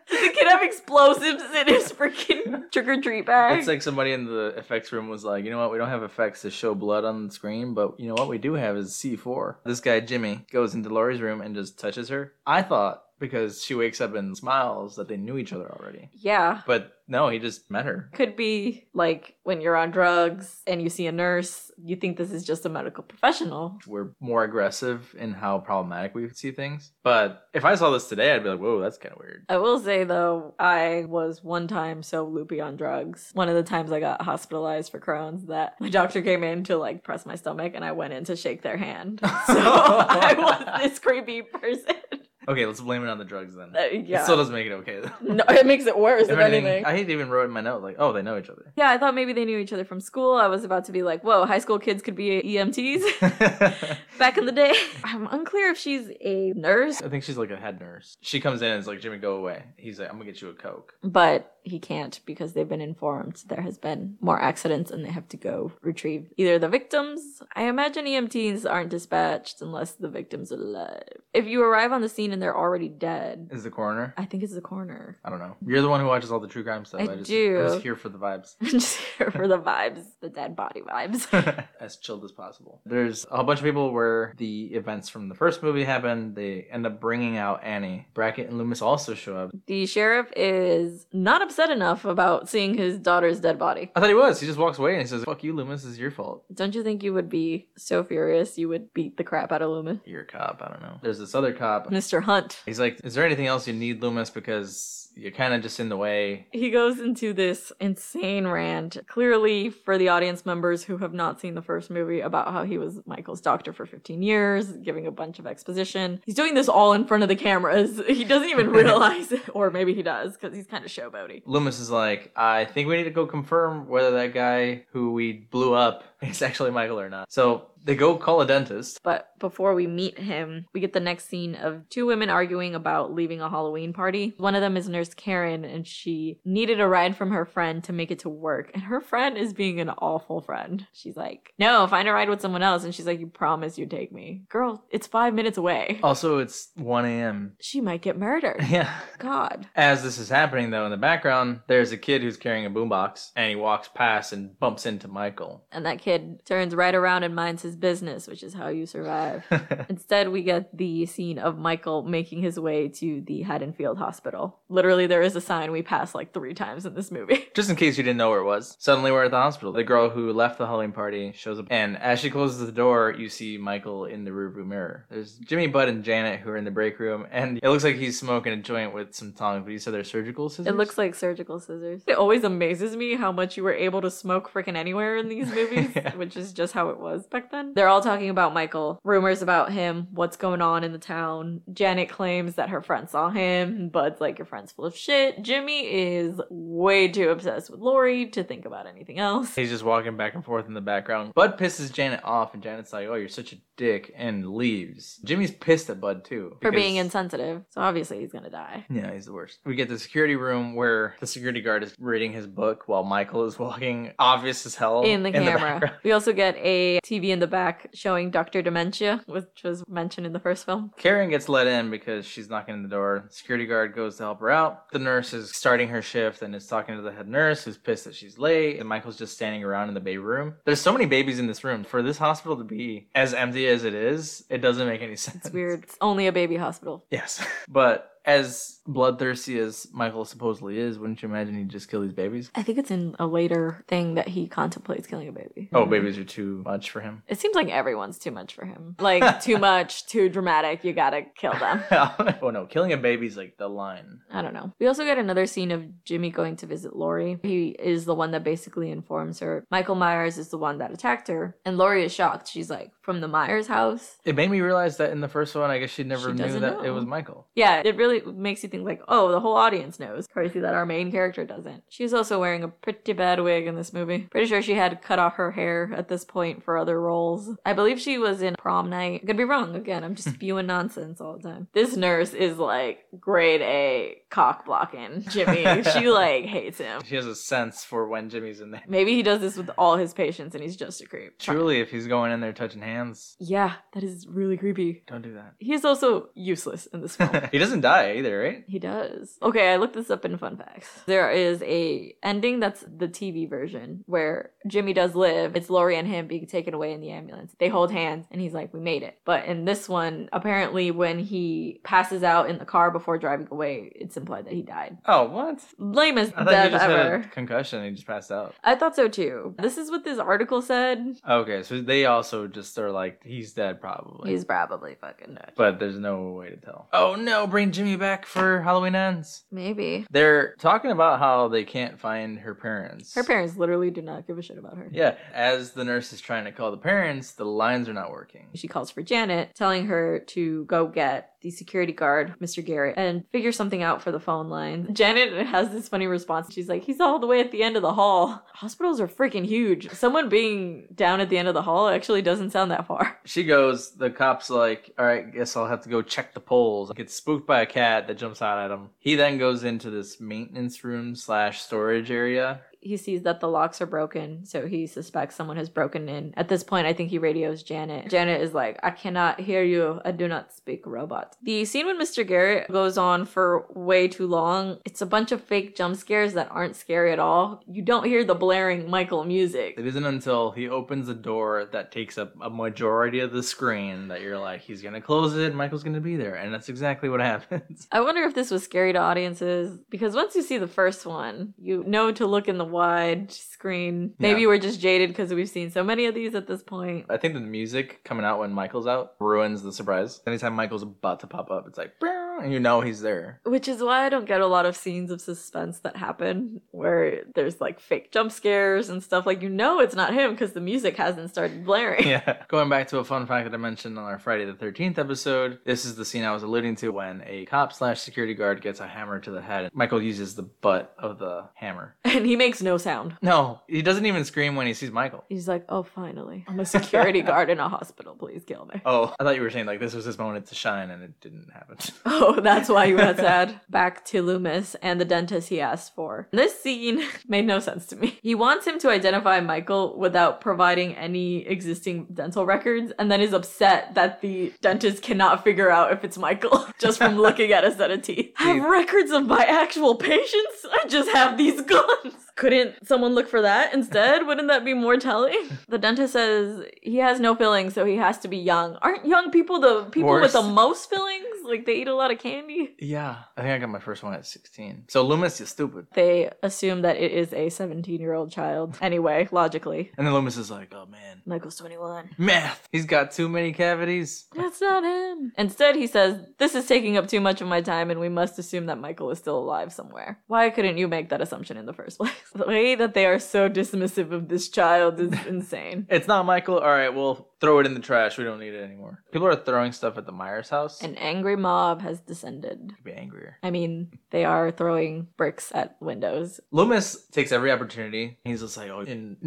Does the kid have explosives in his freaking trick or treat bag?
It's like somebody in the effects room was like, you know what, we don't have effects to show blood on the screen, but you know what we do have is C4. This guy, Jimmy, goes into Laurie's room and just touches her. I thought because she wakes up and smiles that they knew each other already.
yeah.
But no, he just met her.
Could be like when you're on drugs and you see a nurse, you think this is just a medical professional.
we're more aggressive in how problematic we see things. But if I saw this today, I'd be like, whoa, that's kind of weird.
I will say though, I was one time so loopy on drugs. One of the times I got hospitalized for Crohn's that my doctor came in to like press my stomach and I went in to shake their hand. So I was this creepy person.
Okay, let's blame it on the drugs then.
Uh, yeah.
It still doesn't make it okay. Though.
no, it makes it worse, if
If anything,
anything.
I even wrote in my note, like, oh, they know each other.
yeah, I thought maybe they knew each other from school. I was about to be like, whoa, high school kids could be EMTs back in the day. I'm unclear if she's a nurse,
I think she's like a head nurse. She comes in and is like, Jimmy, go away. He's like, I'm going to get you a Coke.
but he can't because they've been informed there has been more accidents and they have to go retrieve either the victims. I imagine EMTs aren't dispatched unless the victims are alive. If you arrive on the scene and they're already dead,
Is the coroner?
I think it's the coroner.
I don't know. You're the one who watches all the true crime stuff.
I
just,
do.
I'm just here for the vibes.
Just here for the vibes, the dead body vibes.
as chilled as possible. There's a bunch of people where the events from the first movie happen. They end up bringing out Annie. Brackett and Loomis also show up.
The sheriff is not upset enough about seeing his daughter's dead body.
I thought he was. He just walks away and he says, "Fuck you, Loomis. It's your fault.
Don't you think you would be so furious you would beat the crap out of Loomis?
You're a cop. I don't know." There's this other cop.
Mr. Hunt.
He's like, "Is there anything else you need, Loomis? Because you're kind of just in the way."
He goes into this insane rant, clearly for the audience members who have not seen the first movie, about how he was Michael's doctor for 15 years, giving a bunch of exposition. He's doing this all in front of the cameras. He doesn't even realize it, or maybe he does because he's kind of showboaty.
Loomis is like, "I think we need to go confirm whether that guy who we blew up is actually Michael or not." So they go call a dentist.
But before we meet him, we get the next scene of two women arguing about leaving a Halloween party. One of them is Nurse Karen, and she needed a ride from her friend to make it to work. And her friend is being an awful friend. She's like, No, find a ride with someone else. And she's like, You promise you take me. Girl, it's five minutes away.
Also, it's 1 a.m.
She might get murdered.
Yeah.
God.
As this is happening, though, in the background, there's a kid who's carrying a boombox, and he walks past and bumps into Michael.
And that kid turns right around and minds his business, which is how you survive. Instead, we get the scene of Michael making his way to the Haddonfield Hospital. Literally, there is a sign we pass like three times in this movie.
Just in case you didn't know where it was, suddenly we're at the hospital. The girl who left the Halloween party shows up, and as she closes the door, you see Michael in the rearview mirror. There's Jimmy, Bud, and Janet who are in the break room, and it looks like he's smoking a joint with some tongs, but you said they're surgical scissors?
It looks like surgical scissors. It always amazes me how much you were able to smoke freaking anywhere in these movies,
Yeah.
which is just how it was back then. They're all talking about Michael, rumors about him, what's going on in the town. Janet claims that her friend saw him. Bud's like, Your friend's full of shit. Jimmy is way too obsessed with Lori to think about anything else.
He's just walking back and forth in the background. Bud pisses Janet off, and Janet's like, "Oh, you're such a dick," and leaves. Jimmy's pissed at Bud too
For being
because-
insensitive. So obviously he's gonna die.
Yeah, he's the worst. We get the security room where the security guard is reading his book while Michael is walking, obvious as hell,
in the camera.
background.
we also get a TV in the back showing Dr. Dementia, which was mentioned in the first film.
Karen gets let in because she's knocking on the door. Security guard goes to help her out. The nurse is starting her shift and is talking to the head nurse, who's pissed that she's late. And Michael's just standing around in the baby room. There's so many babies in this room. For this hospital to be as empty as it is, it doesn't make any sense.
It's weird. It's only a baby hospital.
Yes, but as bloodthirsty as Michael supposedly is, wouldn't you imagine he'd just kill these babies?
I think it's in a later thing that he contemplates killing a baby.
Oh, babies are too much for him.
It seems like everyone's too much for him. Like, too much, too dramatic, you gotta kill them.
oh no, killing a baby's like the line.
I don't know. We also get another scene of Jimmy going to visit Lori. He is the one that basically informs her. Michael Myers is the one that attacked her. And Lori is shocked. She's like, from the Myers house?
It made me realize that in the first one, I guess she never
She
knew
doesn't
that it
know.
was Michael.
Yeah, it really makes you think like, oh, the whole audience knows. Crazy that our main character doesn't. She's also wearing a pretty bad wig in this movie. Pretty sure she had cut off her hair at this point for other roles. I believe she was in prom night. Could be wrong. Again, I'm just spewing nonsense all the time. This nurse is like grade A cock blocking Jimmy. she like hates him.
She has a sense for when Jimmy's in there.
Maybe he does this with all his patients and he's just a creep.
Truly, if he's going in there touching hands,
Yeah, that is really creepy.
don't do that.
He's also useless in this film.
he doesn't die either, right?
He does. Okay, I looked this up in fun facts. There is a ending that's the TV version where Jimmy does live. It's Lori and him being taken away in the ambulance. They hold hands and he's like, "We made it." But in this one, apparently when he passes out in the car before driving away, it's implied that he died.
Oh, what?
Lamest
I thought he
death
just
ever.
had a concussion and he just passed out.
I thought so too. This is what this article said.
Okay, so they also just are like, he's dead probably.
He's probably fucking dead.
but there's no way to tell. Oh no, bring Jimmy back for Halloween ends.
Maybe.
They're talking about how they can't find her parents.
Her parents literally do not give a shit about her.
Yeah, as the nurse is trying to call the parents, the lines are not working.
She calls for Janet, telling her to go get the security guard, Mr. Garrett, and figure something out for the phone line. Janet has this funny response. She's like, he's all the way at the end of the hall. Hospitals are freaking huge. Someone being down at the end of the hall actually doesn't sound that far.
She goes, the cop's like, all right, guess I'll have to go check the poles. Gets spooked by a cat that jumps out at him. He then goes into this maintenance room slash storage area.
He sees that the locks are broken, so he suspects someone has broken in. At this point, I think he radios Janet. Janet is like, I cannot hear you. I do not speak robot. The scene with Mr. Garrett goes on for way too long. It's a bunch of fake jump scares that aren't scary at all. You don't hear the blaring Michael music.
It isn't until he opens a door that takes up a majority of the screen that you're like, he's gonna close it, Michael's gonna be there. And that's exactly what happens.
I wonder if this was scary to audiences because once you see the first one, you know to look in the wide screen. Maybe
Yeah.
we're just jaded because we've seen so many of these at this point.
I think that the music coming out when Michael's out ruins the surprise. Anytime Michael's about to pop up, it's like, "Brrr," and you know he's there.
Which is why I don't get a lot of scenes of suspense that happen where there's like fake jump scares and stuff. Like, you know, it's not him because the music hasn't started blaring.
yeah. Going back to a fun fact that I mentioned on our Friday the 13th episode, this is the scene I was alluding to when a cop slash security guard gets a hammer to the head. and Michael uses the butt of the hammer.
And he makes no sound.
No, he doesn't even scream when he sees Michael.
He's like, oh, finally, I'm a security guard in a hospital. Please kill me.
Oh, I thought you were saying like this was his moment to shine and it didn't happen.
Oh, that's why you were sad. Back to Loomis and the dentist he asked for. This scene made no sense to me. He wants him to identify Michael without providing any existing dental records and then is upset that the dentist cannot figure out if it's Michael just from looking at a set of teeth. I have
Dude.
records of my actual patients. I just have these guns. Couldn't someone look for that instead? Wouldn't that be more telling? The dentist says he has no feelings, so he has to be young. Aren't young people the people with the
Worse.
most fillings. Like they eat a lot of candy.
yeah, I think I got my first one at 16. So Loomis is stupid.
They assume that it is a 17 year old child. Anyway, logically.
And then Loomis is like, oh man,
Michael's 21.
math. He's got too many cavities.
That's not him. Instead, he says, This is taking up too much of my time, and we must assume that Michael is still alive somewhere. Why couldn't you make that assumption in the first place? The way that they are so dismissive of this child is insane.
It's not Michael. All right, we'll throw it in the trash. We don't need it anymore. People are throwing stuff at the Myers house.
An angry mob has descended.
be angrier.
I mean, they are throwing bricks at windows.
Loomis takes every opportunity. He's just like, oh, in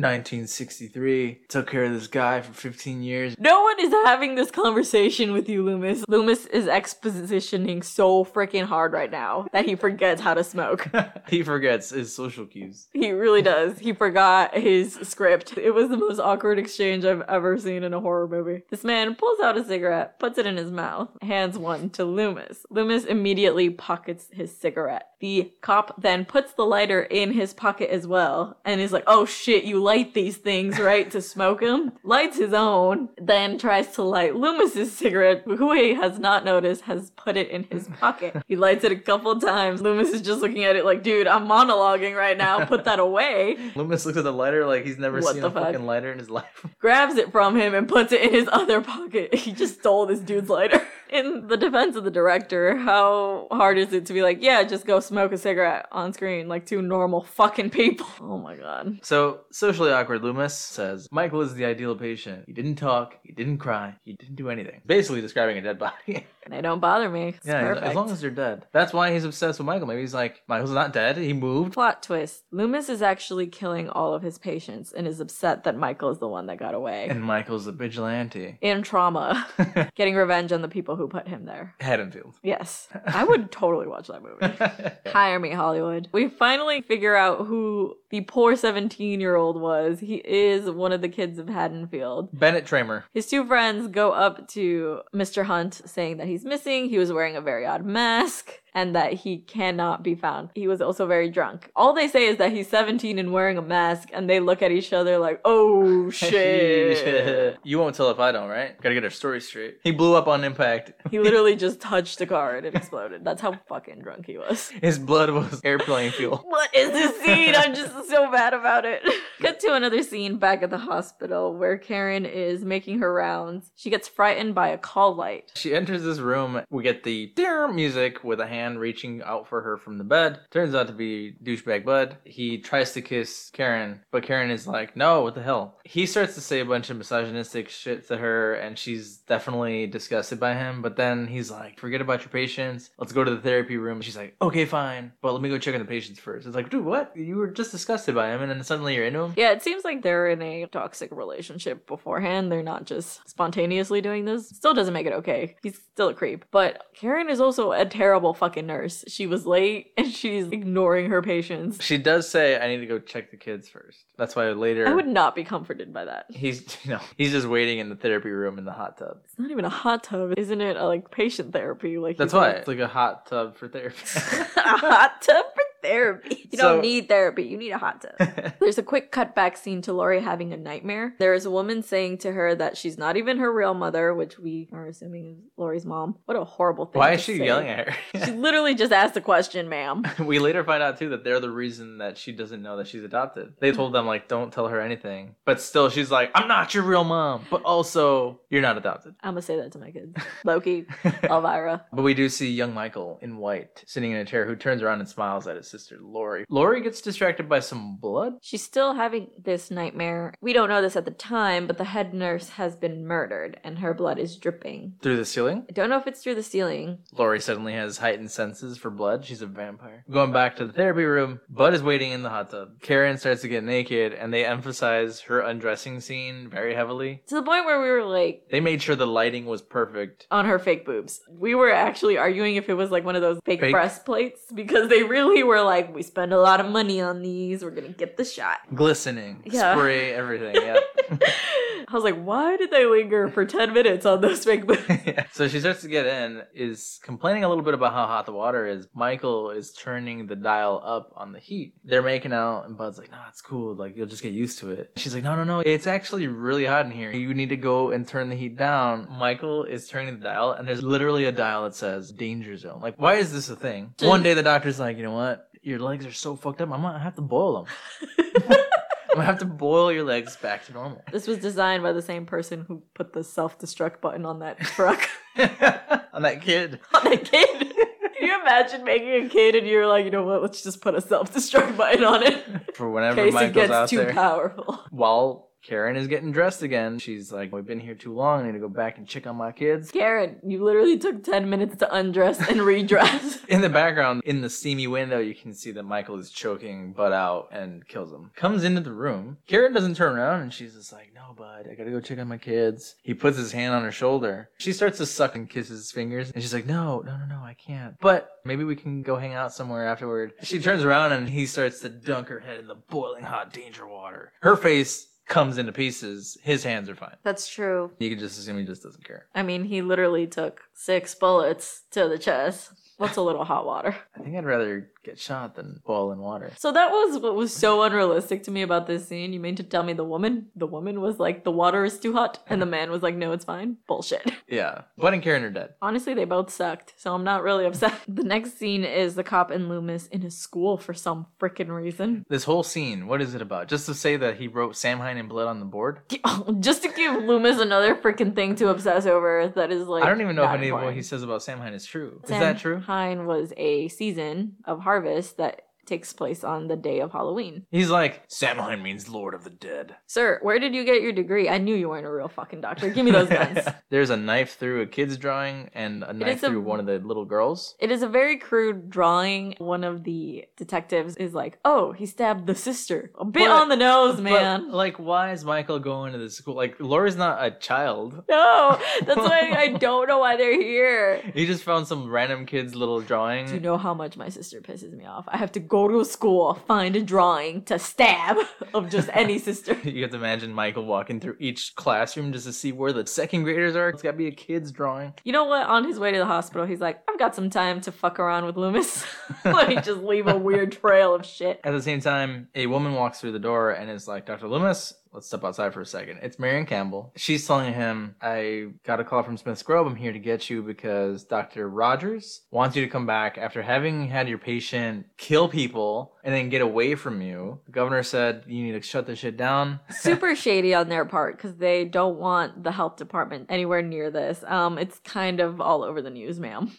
1963, took care of this guy for 15 years.
No one is having this conversation with you, Loomis. Loomis is expositioning so freaking hard right now that he forgets how to smoke.
he forgets his social cues.
He really does. He forgot his script. It was the most awkward exchange I've ever seen in a horror movie. This man pulls out a cigarette, puts it in his mouth, hands one to Loomis. Loomis immediately pockets his cigarette. The cop then puts the lighter in his pocket as well and is like, oh shit, you light these things, right? to smoke them. Lights his own, then tries to light Loomis's cigarette, who he has not noticed has put it in his pocket. He lights it a couple times. Loomis is just looking at it like, dude, I'm monologuing right now. Put that away.
Loomis looks at the lighter like he's never
What
seen
the
a
fuck?
fucking lighter in his life.
grabs it from him and puts it in his other pocket. He just stole this dude's lighter. In the defense of the director, how hard is it to be like, yeah, just go smoke a cigarette on screen like two normal fucking people? Oh my god.
So, socially awkward Loomis says, Michael is the ideal patient. He didn't talk, he didn't cry, he didn't do anything. Basically describing a dead body.
They don't bother me. It's
yeah, he's-
perfect.
as long as they're dead. That's why he's obsessed with Michael. Maybe he's like, Michael's not dead, he moved.
Plot twist. Loomis is actually killing all of his patients and is upset that Michael is the one that got away.
And Michael's a vigilante.
In trauma, getting revenge on the people who put him there.
Haddonfield.
Yes. I would totally watch that movie. Hire me, Hollywood. We finally figure out who the poor 17 year old was. He is one of the kids of Haddonfield.
Bennett Tramer.
His two friends go up to Mr. Hunt saying that he's missing. He was wearing a very odd mask and that he cannot be found. He was also very drunk. All they say is that he's 17 and wearing a mask, and they look at each other like, oh shit.
you won't tell if I don't, right? Gotta get our story straight. He blew up on impact.
he literally just touched a car and it exploded. That's how fucking drunk he was.
His blood was airplane fuel.
What is this scene? I'm just so mad about it. Cut to another scene back at the hospital where Karen is making her rounds. She gets frightened by a call light.
She enters this room. We get the "Dear" music with a hand man reaching out for her from the bed. Turns out to be douchebag Bud. He tries to kiss Karen, but Karen is like, no, what the hell? He starts to say a bunch of misogynistic shit to her, and she's definitely disgusted by him. But then he's like, forget about your patients. Let's go to the therapy room. She's like, okay, fine. But let me go check on the patients first. It's like, dude, what? You were just disgusted by him, and then suddenly you're into him?
Yeah, it seems like they're in a toxic relationship beforehand. They're not just spontaneously doing this. Still doesn't make it okay. He's still a creep. But Karen is also a terrible fucking nurse. She was late and she's ignoring her patients.
She does say, I need to go check the kids first. That's why later.
I would not be comforted by that.
He's you know he's just waiting in the therapy room in the hot tub.
It's not even a hot tub, isn't it? A, like patient therapy. Like
That's
you
why
don't-
it's like a hot tub for therapy.
a hot tub for therapy. You
So-
don't need therapy. You need a hot tub. There's a quick cutback scene to Lori having a nightmare. There is a woman saying to her that she's not even her real mother, which we are assuming is Lori's mom. What a horrible thing.
why
to
is she
say.
yelling at
She
her?
literally just asked the question, ma'am.
we later find out too that they're the reason that she doesn't know that she's adopted. They told them like don't tell her anything, but still she's like I'm not your real mom, but also you're not adopted.
I'm gonna say that to my kids. Loki, Elvira.
But we do see young Michael in white sitting in a chair who turns around and smiles at his sister Lori. Lori gets distracted by some blood.
She's still having this nightmare. We don't know this at the time, but the head nurse has been murdered and her blood is dripping.
Through the ceiling?
I don't know if it's through the ceiling.
Lori suddenly has heightened senses for blood. She's a vampire. Going back to the therapy room, Bud is waiting in the hot tub. Karen starts to get naked, and they emphasize her undressing scene very heavily.
To the point where we were like,
They made sure the lighting was perfect.
on her fake boobs. We were actually arguing if it was like one of those fake,
Fake?
breastplates because they really were like, we spend a lot of money on these. We're gonna get the shot.
Glistening,
Yeah.
spray, everything. Yeah.
I was like, why did they linger for ten minutes on those fake boobs?
Yeah. So she starts to get in, is complaining a little bit about how hot the water is. Michael is turning the dial up on the heat. They're making out, and Bud's like, "No, it's cool. Like you'll just get used to it." She's like, "No, no, no. It's actually really hot in here. You need to go and turn the heat down." Michael is turning the dial, and there's literally a dial that says "danger zone." Like, why is this a thing? One day the doctor's like, "You know what? Your legs are so fucked up. I'm gonna have to boil them. I'm gonna have to boil your legs back to normal."
this was designed by the same person who put the self destruct button on that truck
on that kid.
on that kid. Can you imagine making a kid and you're like, you know what? Let's just put a self destruct button on it
for
in
whenever
case
Michael's
it gets
out
too
there.
powerful.
While Karen is getting dressed again, she's like, "We've been here too long. I need to go back and check on my kids."
Karen, you literally took ten minutes to undress and redress.
In the background, in the steamy window, you can see that Michael is choking Bud out and kills him. Comes into the room. Karen doesn't turn around and she's just like, No, Bud, I gotta go check on my kids. He puts his hand on her shoulder. She starts to suck and kiss his fingers. And she's like, No, no, no, no, I can't. But maybe we can go hang out somewhere afterward. She turns around and he starts to dunk her head in the boiling hot danger water. Her face comes into pieces. His hands are fine.
That's true.
You can just assume he just doesn't care.
I mean, he literally took six bullets to the chest. What's a little hot water?
I think I'd rather get shot than boil in water.
So that was what was so unrealistic to me about this scene. You mean to tell me the woman, the woman was like, the water is too hot, and the man was like, no, it's fine. Bullshit.
Yeah. Bud and Karen are dead.
Honestly, they both sucked, so I'm not really upset. The next scene is the cop and Loomis in his school for some freaking reason.
This whole scene, what is it about? Just to say that he wrote Samhain and Blood on the board?
Just to give Loomis another freaking thing to obsess over that is like.
I don't even know if
not
any of what
important.
he says about Samhain is true. Is that true?
Samhain was a season of harvest that takes place on the day of Halloween.
He's like, Samhain means Lord of the Dead.
Sir, where did you get your degree? I knew you weren't a real fucking doctor. Give me those guns.
There's a knife through a kid's drawing and a knife
is a-
through one of the little girls.
It is a very crude drawing. One of the detectives is like, "Oh, he stabbed the sister." A bit
But-
on the nose,
But,
man.
like, why is Michael going to this school? Like, Laura's not a child.
no, that's why I don't know why they're here.
He just found some random kid's little drawing.
Do you know how much my sister pisses me off? I have to go to school, find a drawing to stab of just any sister.
You have to imagine Michael walking through each classroom just to see where the second graders are. It's got to be a kid's drawing.
You know what? On his way to the hospital, he's like, I've got some time to fuck around with Loomis. Let me just leave a weird trail of shit.
At the same time, a woman walks through the door and is like, Dr. Loomis, let's step outside for a second. It's Marion Campbell. She's telling him, I got a call from Smith's Grove. I'm here to get you because Dr. Rogers wants you to come back after having had your patient kill people and then get away from you. The governor said, You need to shut this shit down.
Super shady on their part because they don't want the health department anywhere near this. Um, it's kind of all over the news, ma'am.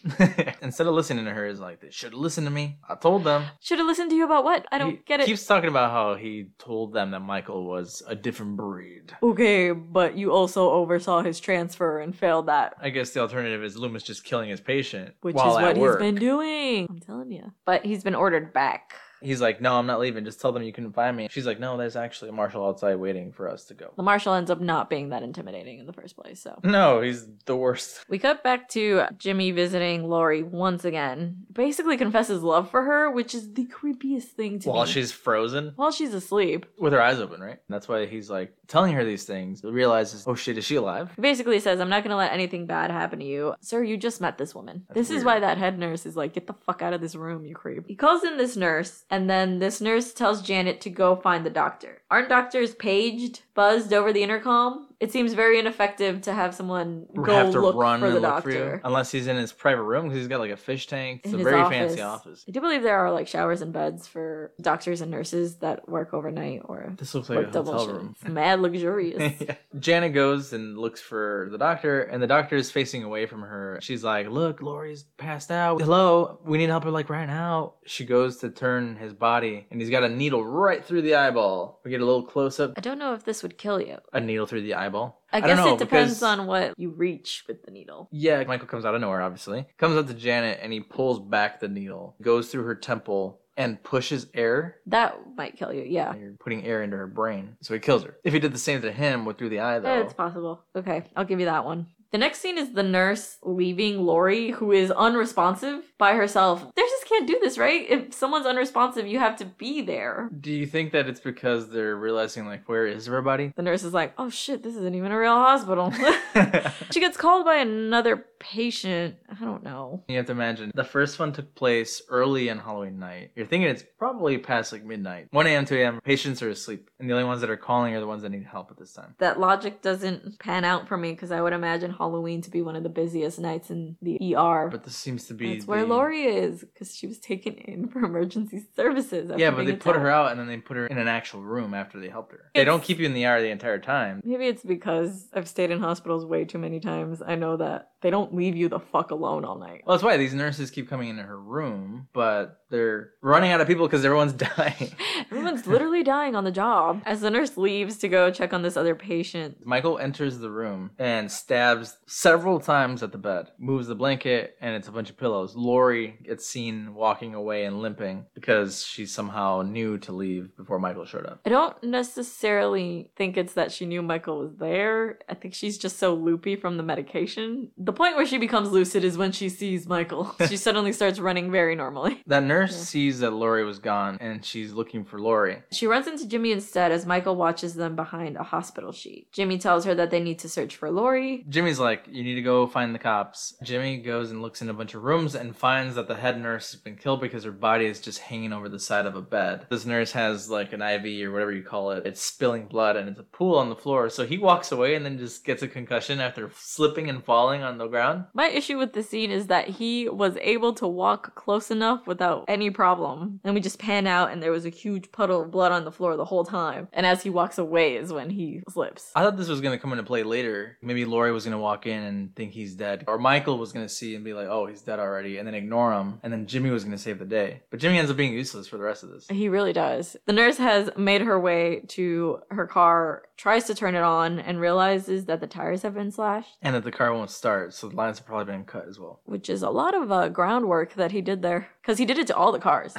Instead of listening to her, is like, They should have listened to me. I told them.
Should have listened to you about what? I don't
He
get it.
Keeps talking about how he told them that Michael was a different breed.
okay, but you also oversaw his transfer and failed that
I guess the alternative is Loomis just killing his patient,
which
while
is
at
what he's
work.
been doing. I'm telling you. But he's been ordered back.
He's like, no, I'm not leaving. Just tell them you couldn't find me. She's like, no, there's actually a marshal outside waiting for us to go.
The marshal ends up not being that intimidating in the first place, so.
No, he's the worst.
We cut back to Jimmy visiting Lori once again. Basically confesses love for her, which is the creepiest thing to
While
me.
she's frozen
while she's asleep.
with her eyes open, right? That's why he's like telling her these things. Realizes, oh shit, is she alive?
He basically says, I'm not going to let anything bad happen to you. Sir, you just met this woman.
That's
this is
weird.
why that head nurse is like, get the fuck out of this room, you creep. He calls in this nurse, and then this nurse tells Janet to go find the doctor. Aren't doctors paged, buzzed over the intercom? It seems very ineffective to have someone go
have to
look
run
for the
and look
doctor.
through. Unless he's in his private room because he's got like a fish tank. It's
In
a
his
very
office.
fancy office.
I do believe there are like showers and beds for doctors and nurses that work overnight or
This looks like
work
a
double
hotel
shifts.
room.
Mad luxurious.
Yeah. Janet goes and looks for the doctor, and the doctor is facing away from her. She's like, Look, Lori's passed out. Hello, we need help her like right now. She goes to turn his body, and he's got a needle right through the eyeball. We get a little close up.
I don't know if this would kill you.
A needle through the eyeball.
I,
don't
guess
know,
it depends
because-
on what you reach with the needle.
Yeah, Michael comes out of nowhere, obviously. Comes up to Janet, and he pulls back the needle, goes through her temple, and pushes air
That might kill you, yeah.
You're putting air into her brain, so he kills her. If he did the same to him with through the eye,
Yeah,
though,
it's possible. Okay, I'll give you that one. The next scene is the nurse leaving Lori, who is unresponsive by herself. Nurses can't do this, right? If someone's unresponsive, you have to be there.
do you think that it's because they're realizing like where is everybody?
The nurse is like, oh shit, this isn't even a real hospital.
you
she gets called by another patient. I don't know.
have to imagine the first one took place early on Halloween night. You're thinking it's probably past like midnight, 1 a.m., 2 a.m. Patients are asleep, and the only ones that are calling are the ones that need help at this time.
That logic doesn't pan out for me because I would imagine Halloween to be one of the busiest nights in the ER.
But this seems to be
That's where
the-
Lori is because she was taken in for emergency services. after
Yeah, but they
being
put her
attacked.
out and then they put her in an actual room after they helped her. They
It's-
don't keep you in the ER the entire time.
Maybe it's because I've stayed in hospitals way too many times. I know that they don't leave you the fuck alone all night.
Well, that's why these nurses keep coming into her room, but they're running out of people because everyone's dying.
Everyone's literally dying on the job. As the nurse leaves to go check on this other patient,
Michael enters the room and stabs several times at the bed, moves the blanket, and it's a bunch of pillows. Lori gets seen walking away and limping because she somehow knew to leave before Michael showed up.
I don't necessarily think it's that she knew Michael was there. I think she's just so loopy from the medication. The point where she becomes lucid is when she sees Michael. she suddenly starts running very normally.
That nurse
Yeah.
sees that Lori was gone and she's looking for Lori.
She runs into Jimmy instead as Michael watches them behind a hospital sheet. Jimmy tells her that they need to search for Lori.
Jimmy's like, You need to go find the cops. Jimmy goes and looks in a bunch of rooms and finds that the head nurse has been killed because her body is just hanging over the side of a bed. This nurse has like an IV or whatever you call it. It's spilling blood and it's a pool on the floor. So he walks away and then just gets a concussion after slipping and falling on the ground.
My issue with the scene is that he was able to walk close enough without any problem. And we just pan out and there was a huge puddle of blood on the floor the whole time. And as he walks away is when he slips.
I thought this was going to come into play later. Maybe Lori was going to walk in and think he's dead. Or Michael was going to see and be like, oh, he's dead already, and then ignore him. And then Jimmy was going to save the day. But Jimmy ends up being useless for the rest of this.
He really does. The nurse has made her way to her car, tries to turn it on, and realizes that the tires have been slashed,
And that the car won't start, so the lines have probably been cut as well.
which is a lot of uh, groundwork that he did there. Because he did it to all the cars.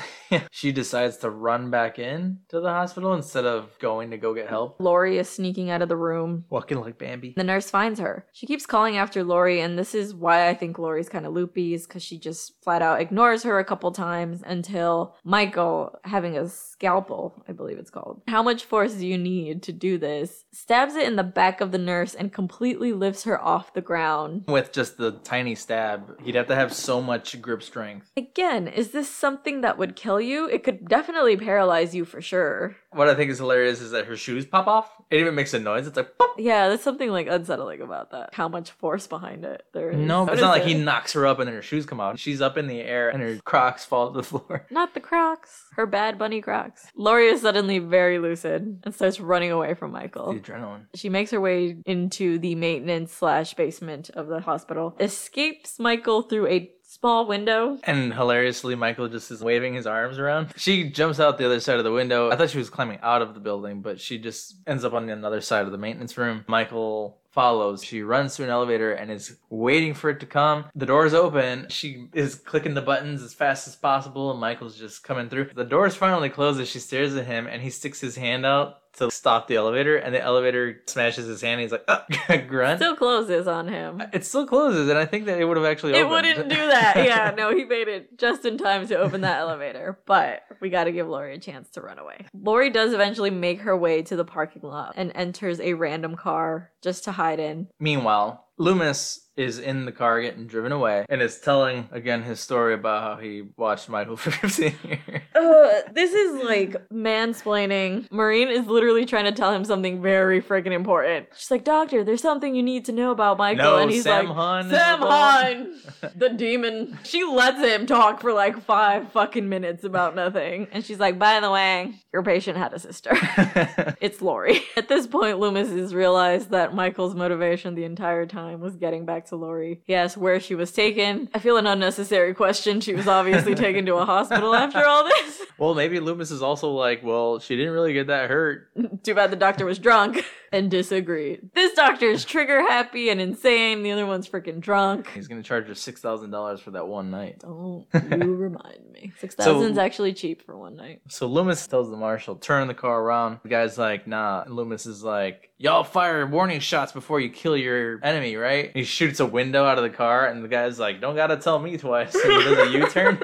she decides to run back in to the hospital instead of going to go get help.
Lori is sneaking out of the room.
Walking like Bambi.
The nurse finds her. She keeps calling after Lori, and this is why I think Lori's kind of loopy, is because she just flat out ignores her a couple times until Michael, having a scalpel, I believe it's called, how much force do you need to do this, stabs it in the back of the nurse and completely lifts her off the ground.
With just the tiny stab, he'd have to have so much grip strength.
Again, is this something that would kill you? It could definitely paralyze you for sure.
What I think is hilarious is that her shoes pop off It even makes a noise. It's like
Yeah, there's something like unsettling about that. How much force behind it there is.
no,
What
it's not
is
like he
it?
knocks her up and then her shoes come out. She's up in the air and her Crocs fall to the floor.
Not the Crocs. Her bad bunny Crocs. Lori is suddenly very lucid and starts running away from Michael.
The adrenaline.
She makes her way into the maintenance slash basement of the hospital, escapes Michael through a small window.
And hilariously, Michael just is waving his arms around. She jumps out the other side of the window. I thought she was climbing out of the building, but she just ends up on another side of the maintenance room. Michael follows. She runs to an elevator and is waiting for it to come. The door's open. She is clicking the buttons as fast as possible, and Michael's just coming through. The door's finally closes. She stares at him, and he sticks his hand out to stop the elevator, and the elevator smashes his hand. And he's like, grunt.
Still closes on him.
it still closes, and I think that it would have actually
It
opened.
wouldn't do that. Yeah, no, he made it just in time to open that elevator. But we got to give Lori a chance to run away. Lori does eventually make her way to the parking lot and enters a random car just to hide in.
Meanwhile, Loomis is in the car getting driven away and is telling again his story about how he watched Michael for 15 years.
Uh, this is like mansplaining. Maureen is literally trying to tell him something very freaking important. She's like, Doctor, there's something you need to know about Michael.
no,
and he's
Sam
like,
Hahn. is
Sam
involved.
Hahn, the demon. She lets him talk for like five fucking minutes about nothing. And she's like, By the way, your patient had a sister. It's Lori. At this point, Loomis has realized that Michael's motivation the entire time was getting back to Lori. He asked where she was taken. I feel an unnecessary question. She was obviously taken to a hospital after all this.
well, maybe Loomis is also like, well, she didn't really get that hurt.
Too bad the doctor was drunk and disagreed. This doctor is trigger happy and insane. The other one's freaking drunk.
He's going to charge her $6,000 for that one night.
Don't you remind me. Six thousand's actually cheap for one night.
So Loomis tells the marshal, turn the car around. The guy's like, nah. And Loomis is like, y'all fire warning shots before you kill your enemy, right? he shoots a window out of the car, and the guy's like, don't got to tell me twice. And he does a U turn.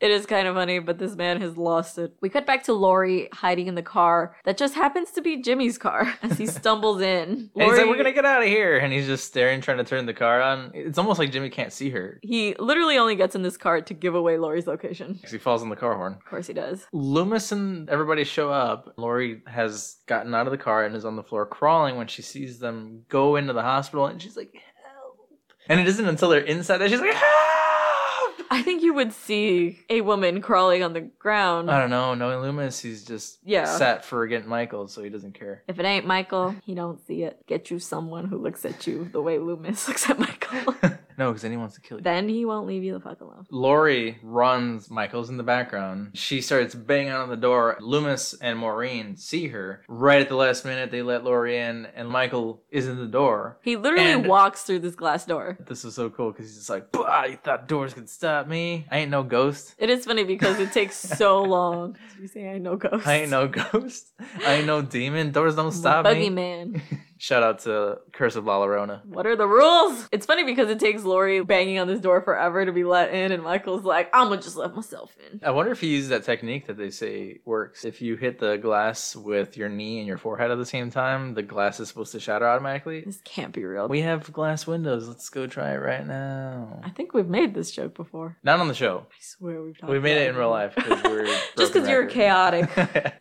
It is kind of funny, but this man has lost it. We cut back to Lori hiding in the car that just happens to be Jimmy's car as he stumbles in.
And he's like,
Lori-
"We're gonna get out of here," and he's just staring, trying to turn the car on. It's almost like Jimmy can't see her.
He literally only gets in this car to give away Lori's location.
'cause He falls on the car horn.
Of course he does.
Loomis and everybody show up. Lori has gotten out of the car and is on the floor crawling when she sees them go into the hospital, and she's like, "Help!" And it isn't until they're inside that she's like, "Help!"
I think you would see a woman crawling on the ground.
I don't know. Knowing Loomis, he's just
Yeah.
set for getting Michael, so he doesn't care.
if it ain't Michael, he don't see it. Get you someone who looks at you the way Loomis looks at Michael.
no, because then he wants to kill you.
then he won't leave you the fuck alone.
Lori runs. Michael's in the background. She starts banging on the door. Loomis and Maureen see her. Right at the last minute, they let Lori in, and Michael is in the door.
He literally
And-
walks through this glass door.
This was so cool because he's just like, bah, you thought doors could stop me? I ain't no ghost.
It is funny because it takes so long. You say I know ghosts.
I ain't no ghost. I ain't no demon. Doors don't stop me.
Boogeyman.
Shout out to Curse of La Llorona.
What are the rules? It's funny because it takes Lori banging on this door forever to be let in, and Michael's like, I'ma just let myself in.
I wonder if he uses that technique that they say works. If you hit the glass with your knee and your forehead at the same time, the glass is supposed to shatter automatically.
This can't be real.
We have glass windows. Let's go try it right now.
I think we've made this joke before.
Not on the show.
I swear we've talked
We made
about
it in real life because we're
just
broken
because you're
record.
chaotic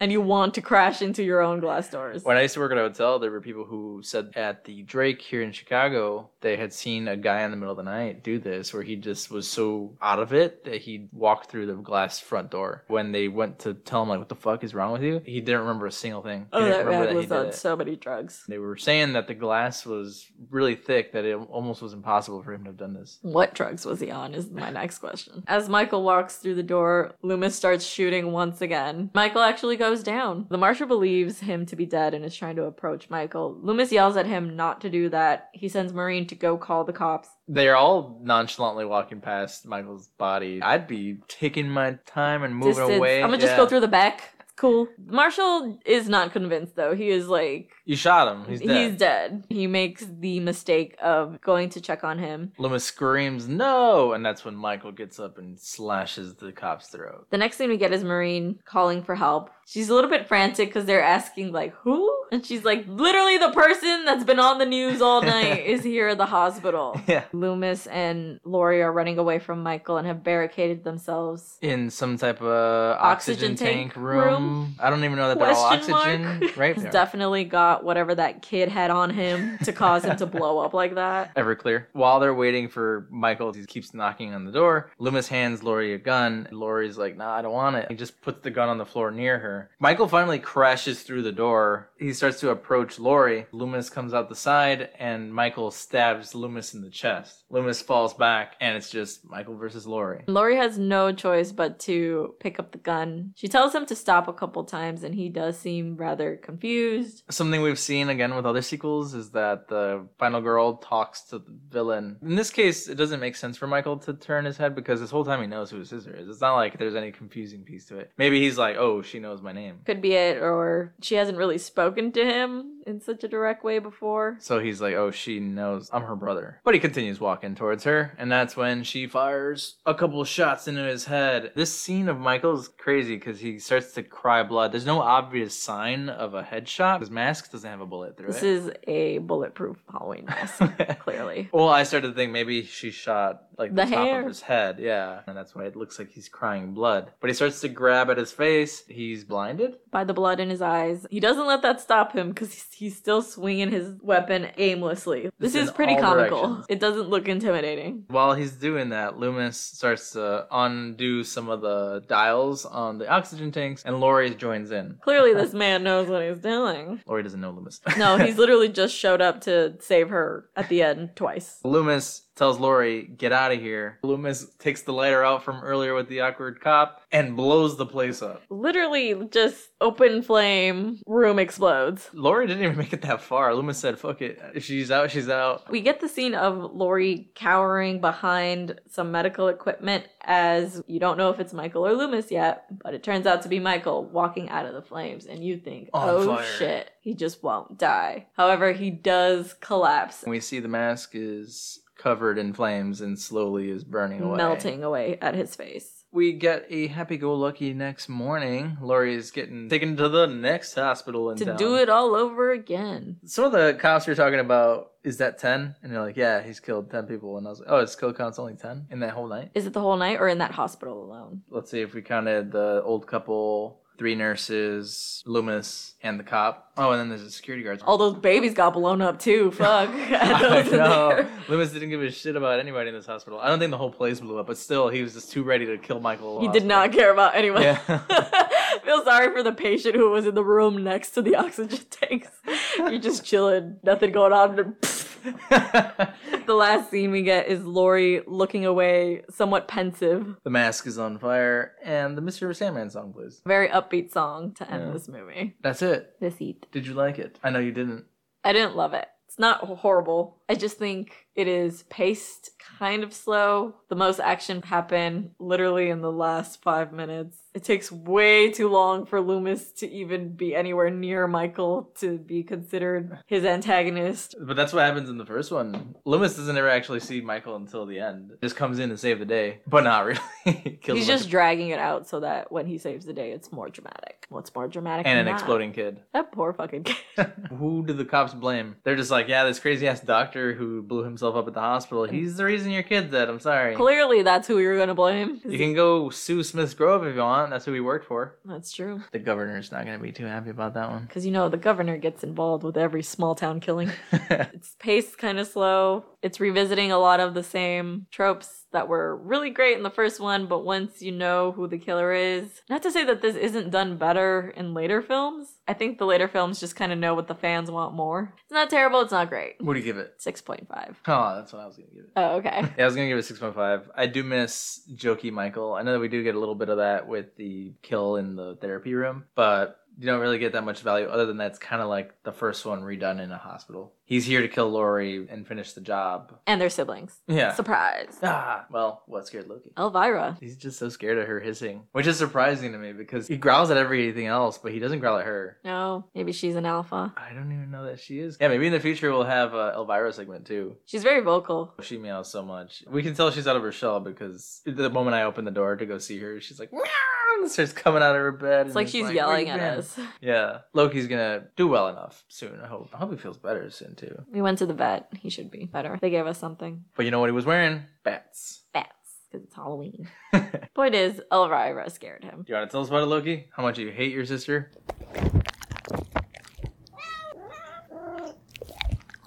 and you want to crash into your own glass doors.
when I used to work at a hotel, there were people who said at the Drake here in Chicago, they had seen a guy in the middle of the night do this where he just was so out of it that he walked through the glass front door. When they went to tell him, like, what the fuck is wrong with you? He didn't remember a single thing. He
oh,
didn't
that
remember
rad
he
was
did
on
it.
so many drugs.
They were saying that the glass was really thick, that it almost was impossible for him to have done this.
What drugs was he on? Is my next question. As Michael walks through the door, Loomis starts shooting once again. Michael actually goes down. The marshal believes him to be dead and is trying to approach Michael. Loomis yells at him not to do that. He sends Marine to go call the cops.
They're all nonchalantly walking past Michael's body. I'd be taking my time and moving
Distance.
away.
I'm gonna just
Yeah.
go through the back. It's cool. Marshall is not convinced though. He is like,
You shot him. He's dead.
He makes the mistake of going to check on him.
Loomis screams, no! And that's when Michael gets up and slashes the cop's throat.
The next thing we get is Marine calling for help. She's a little bit frantic because they're asking, like, who? And she's like, literally the person that's been on the news all night is here at the hospital.
Yeah.
Loomis and Lori are running away from Michael and have barricaded themselves.
In some type of oxygen, tank, room, um, I don't even know that they're all
Question
oxygen,
mark?
right?
He's
They are.
definitely got whatever that kid had on him to cause him to blow up like that.
Everclear. While they're waiting for Michael, he keeps knocking on the door. Loomis hands Lori a gun. Lori's like, nah, I don't want it. He just puts the gun on the floor near her. Michael finally crashes through the door. He starts to approach Lori. Loomis comes out the side, and Michael stabs Loomis in the chest. Loomis falls back, and it's just Michael versus Lori.
Lori has no choice but to pick up the gun. She tells him to stop a couple times, and he does seem rather confused.
Something we've seen again with other sequels is that the final girl talks to the villain. In this case, it doesn't make sense for Michael to turn his head because this whole time he knows who his sister is. It's not like there's any confusing piece to it. Maybe he's like, oh, she knows my name.
Could be it, or she hasn't really spoken to him in such a direct way before.
So he's like, oh, she knows I'm her brother. But he continues walking towards her, and that's when she fires a couple shots into his head. This scene of Michael's crazy because he starts to cry blood. There's no obvious sign of a headshot. His mask doesn't have a bullet through
This
it.
is a bulletproof Halloween mask, clearly.
Well, I started to think maybe she shot like the,
The
top
hair.
of his head, yeah, and that's why it looks like he's crying blood. But he starts to grab at his face. He's blinded.
By the blood in his eyes, he doesn't let that stop him because he's, he's still swinging his weapon aimlessly. This
It's in
is pretty
all
comical.
directions.
It doesn't look intimidating.
While he's doing that, Loomis starts to undo some of the dials on the oxygen tanks, and Lori joins in.
Clearly, this man knows what he's doing.
Lori doesn't know Loomis.
No, he's literally just showed up to save her at the end twice.
Loomis tells Lori, get out of here. Loomis takes the lighter out from earlier with the awkward cop and blows the place up.
Literally, just open flame, room explodes.
Lori didn't even make it that far. Loomis said, fuck it. If she's out, she's out.
We get the scene of Lori cowering behind some medical equipment as you don't know if it's Michael or Loomis yet, but it turns out to be Michael walking out of the flames, and you think,
On
oh
fire."
shit, he just won't die. However, he does collapse,
And we see the mask is covered in flames and slowly is burning away.
melting away at his face.
We get a happy go lucky next morning. Lori is getting taken to the next hospital in
To
town.
do it all over again.
Some of the cops you're talking about, is that 10? And you're like, yeah, he's killed 10 people. And I was like, oh, his kill count's only 10 in that whole night?
Is it the whole night or in that hospital alone?
Let's see if we counted the old couple, three nurses, Loomis, and the cop. Oh, and then there's the security guards.
All those babies got blown up too. Fuck.
I
Those in
know.
there.
Loomis didn't give a shit about anybody in this hospital. I don't think the whole place blew up, but still, he was just too ready to kill Michael.
He did not care about anyone.
Yeah.
Feel sorry for the patient who was in the room next to the oxygen tanks. You're just chilling, nothing going on. the last scene we get is Lori looking away, somewhat pensive.
the mask is on fire, and the Mystery of Sandman song plays.
Very upbeat song to end
Yeah.
this movie.
That's it.
This eat.
Did you like it? I know you didn't.
I didn't love it. It's not horrible. I just think it is paced kind of slow. The most action happened literally in the last five minutes. It takes way too long for Loomis to even be anywhere near Michael to be considered his antagonist.
But that's what happens in the first one. Loomis doesn't ever actually see Michael until the end. Just comes in to save the day, but not really. Kills a bunch
He's just
of-
dragging it out so that when he saves the day, it's more dramatic. What's more dramatic?
and
than
an
that?
exploding kid.
That poor fucking kid.
Who do the cops blame? They're just like, yeah, this crazy ass doctor who blew himself up at the hospital. He's the reason your kid dead. I'm sorry.
Clearly, that's who you're gonna blame.
You can go sue Smith's Grove if you want. That's who we worked for.
That's true.
The governor's not going to be too happy about that one.
Because you know, the governor gets involved with every small town killing. it's paced kind of slow. It's revisiting a lot of the same tropes that were really great in the first one, but once you know who the killer is, not to say that this isn't done better in later films. I think the later films just kind of know what the fans want more. It's not terrible, it's not great.
what do you give it?
6.5.
Oh, that's what I was going to give it.
Oh, okay.
Yeah, I was gonna give it six point five. I do miss Jokey Michael. I know that we do get a little bit of that with the kill in the therapy room, but you don't really get that much value other than that's kind of like the first one redone in a hospital. He's here to kill Lori and finish the job.
and their siblings.
Yeah.
Surprise.
ah, well, what scared Loki?
Elvira.
He's just so scared of her hissing, which is surprising to me because he growls at everything else, but he doesn't growl at her.
No, maybe she's an alpha.
I don't even know that she is. Yeah, maybe in the future we'll have a Elvira segment too.
She's very vocal.
She meows so much. We can tell she's out of her shell because the moment I open the door to go see her, she's like, "Meow," and starts coming out of her bed.
It's
and
like she's
"Where
yelling
you
at
been?"
us.
Yeah. Loki's gonna do well enough soon, I hope. I hope he feels better soon, too.
We went to the vet. He should be better. They gave us something.
But you know what he was wearing? Bats.
Bats. because it's Halloween. Point is, Elvira scared him.
Do you want to tell us about it, Loki? How much you hate your sister?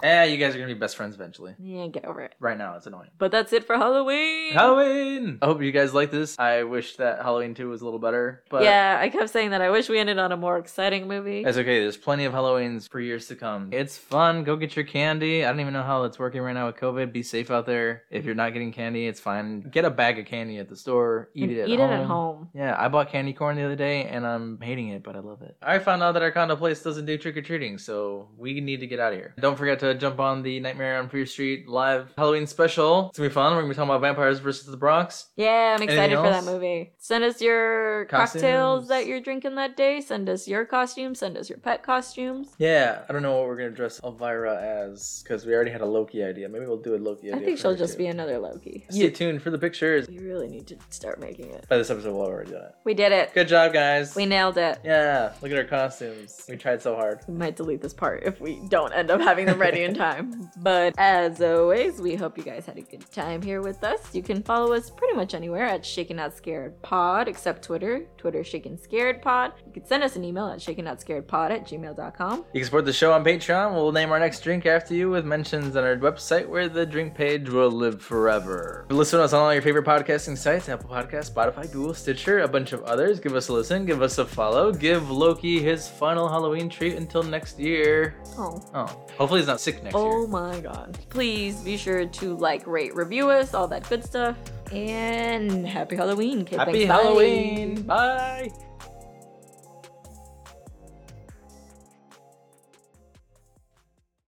Eh, you guys are gonna be best friends eventually.
Yeah, get over it.
Right now, it's annoying.
But that's it for Halloween.
Halloween. I hope you guys like this. I wish that Halloween 2 was a little better, but
yeah, I kept saying that I wish we ended on a more exciting movie.
That's okay. There's plenty of Halloweens for years to come. It's fun. Go get your candy. I don't even know how it's working right now with COVID. Be safe out there. If you're not getting candy, it's fine. Get a bag of candy at the store. Eat
And
it at
eat
home.
it at home.
Yeah, I bought candy corn the other day and I'm hating it, but I love it. I found out that our condo place doesn't do trick or treating, so we need to get out of here. Don't forget to jump on the Nightmare on Fear Street live Halloween special. It's gonna be fun. We're gonna be talking about vampires versus the Bronx.
Yeah, I'm excited
Anything
for
else?
that movie. Send us your
Costumes.
cocktails that you're drinking that day. Send us your costumes. Send us your pet costumes.
Yeah, I don't know what we're gonna dress Elvira as because we already had a Loki idea. Maybe we'll do a Loki idea.
I think
for
she'll
her,
just
too.
be another Loki.
Stay tuned for the pictures.
We really need to start making it.
By this episode, we'll have already done it.
We did it.
Good job, guys.
We nailed it.
yeah, look at our costumes. We tried so hard.
We might delete this part if we don't end up having them ready in time. But as always, we hope you guys had a good time here with us. You can follow us pretty much anywhere at Shaken Not Scared Pod, except Twitter, Twitter Shaken Scared Pod. You can send us an email at shaken not scared pod at gmail.com.
You can support the show on Patreon. We'll name our next drink after you with mentions on our website where the drink page will live forever. Listen to us on all your favorite podcasting sites Apple Podcasts, Spotify, Google, Stitcher, a bunch of others. Give us a listen, give us a follow, give Loki his final Halloween treat until next year.
Oh.
Oh, hopefully he's not sick next
Oh
year.
my god. Please be sure to like, rate, review us, all that good stuff. And happy Halloween. Okay,
Happy
thanks, bye.
Halloween! Bye.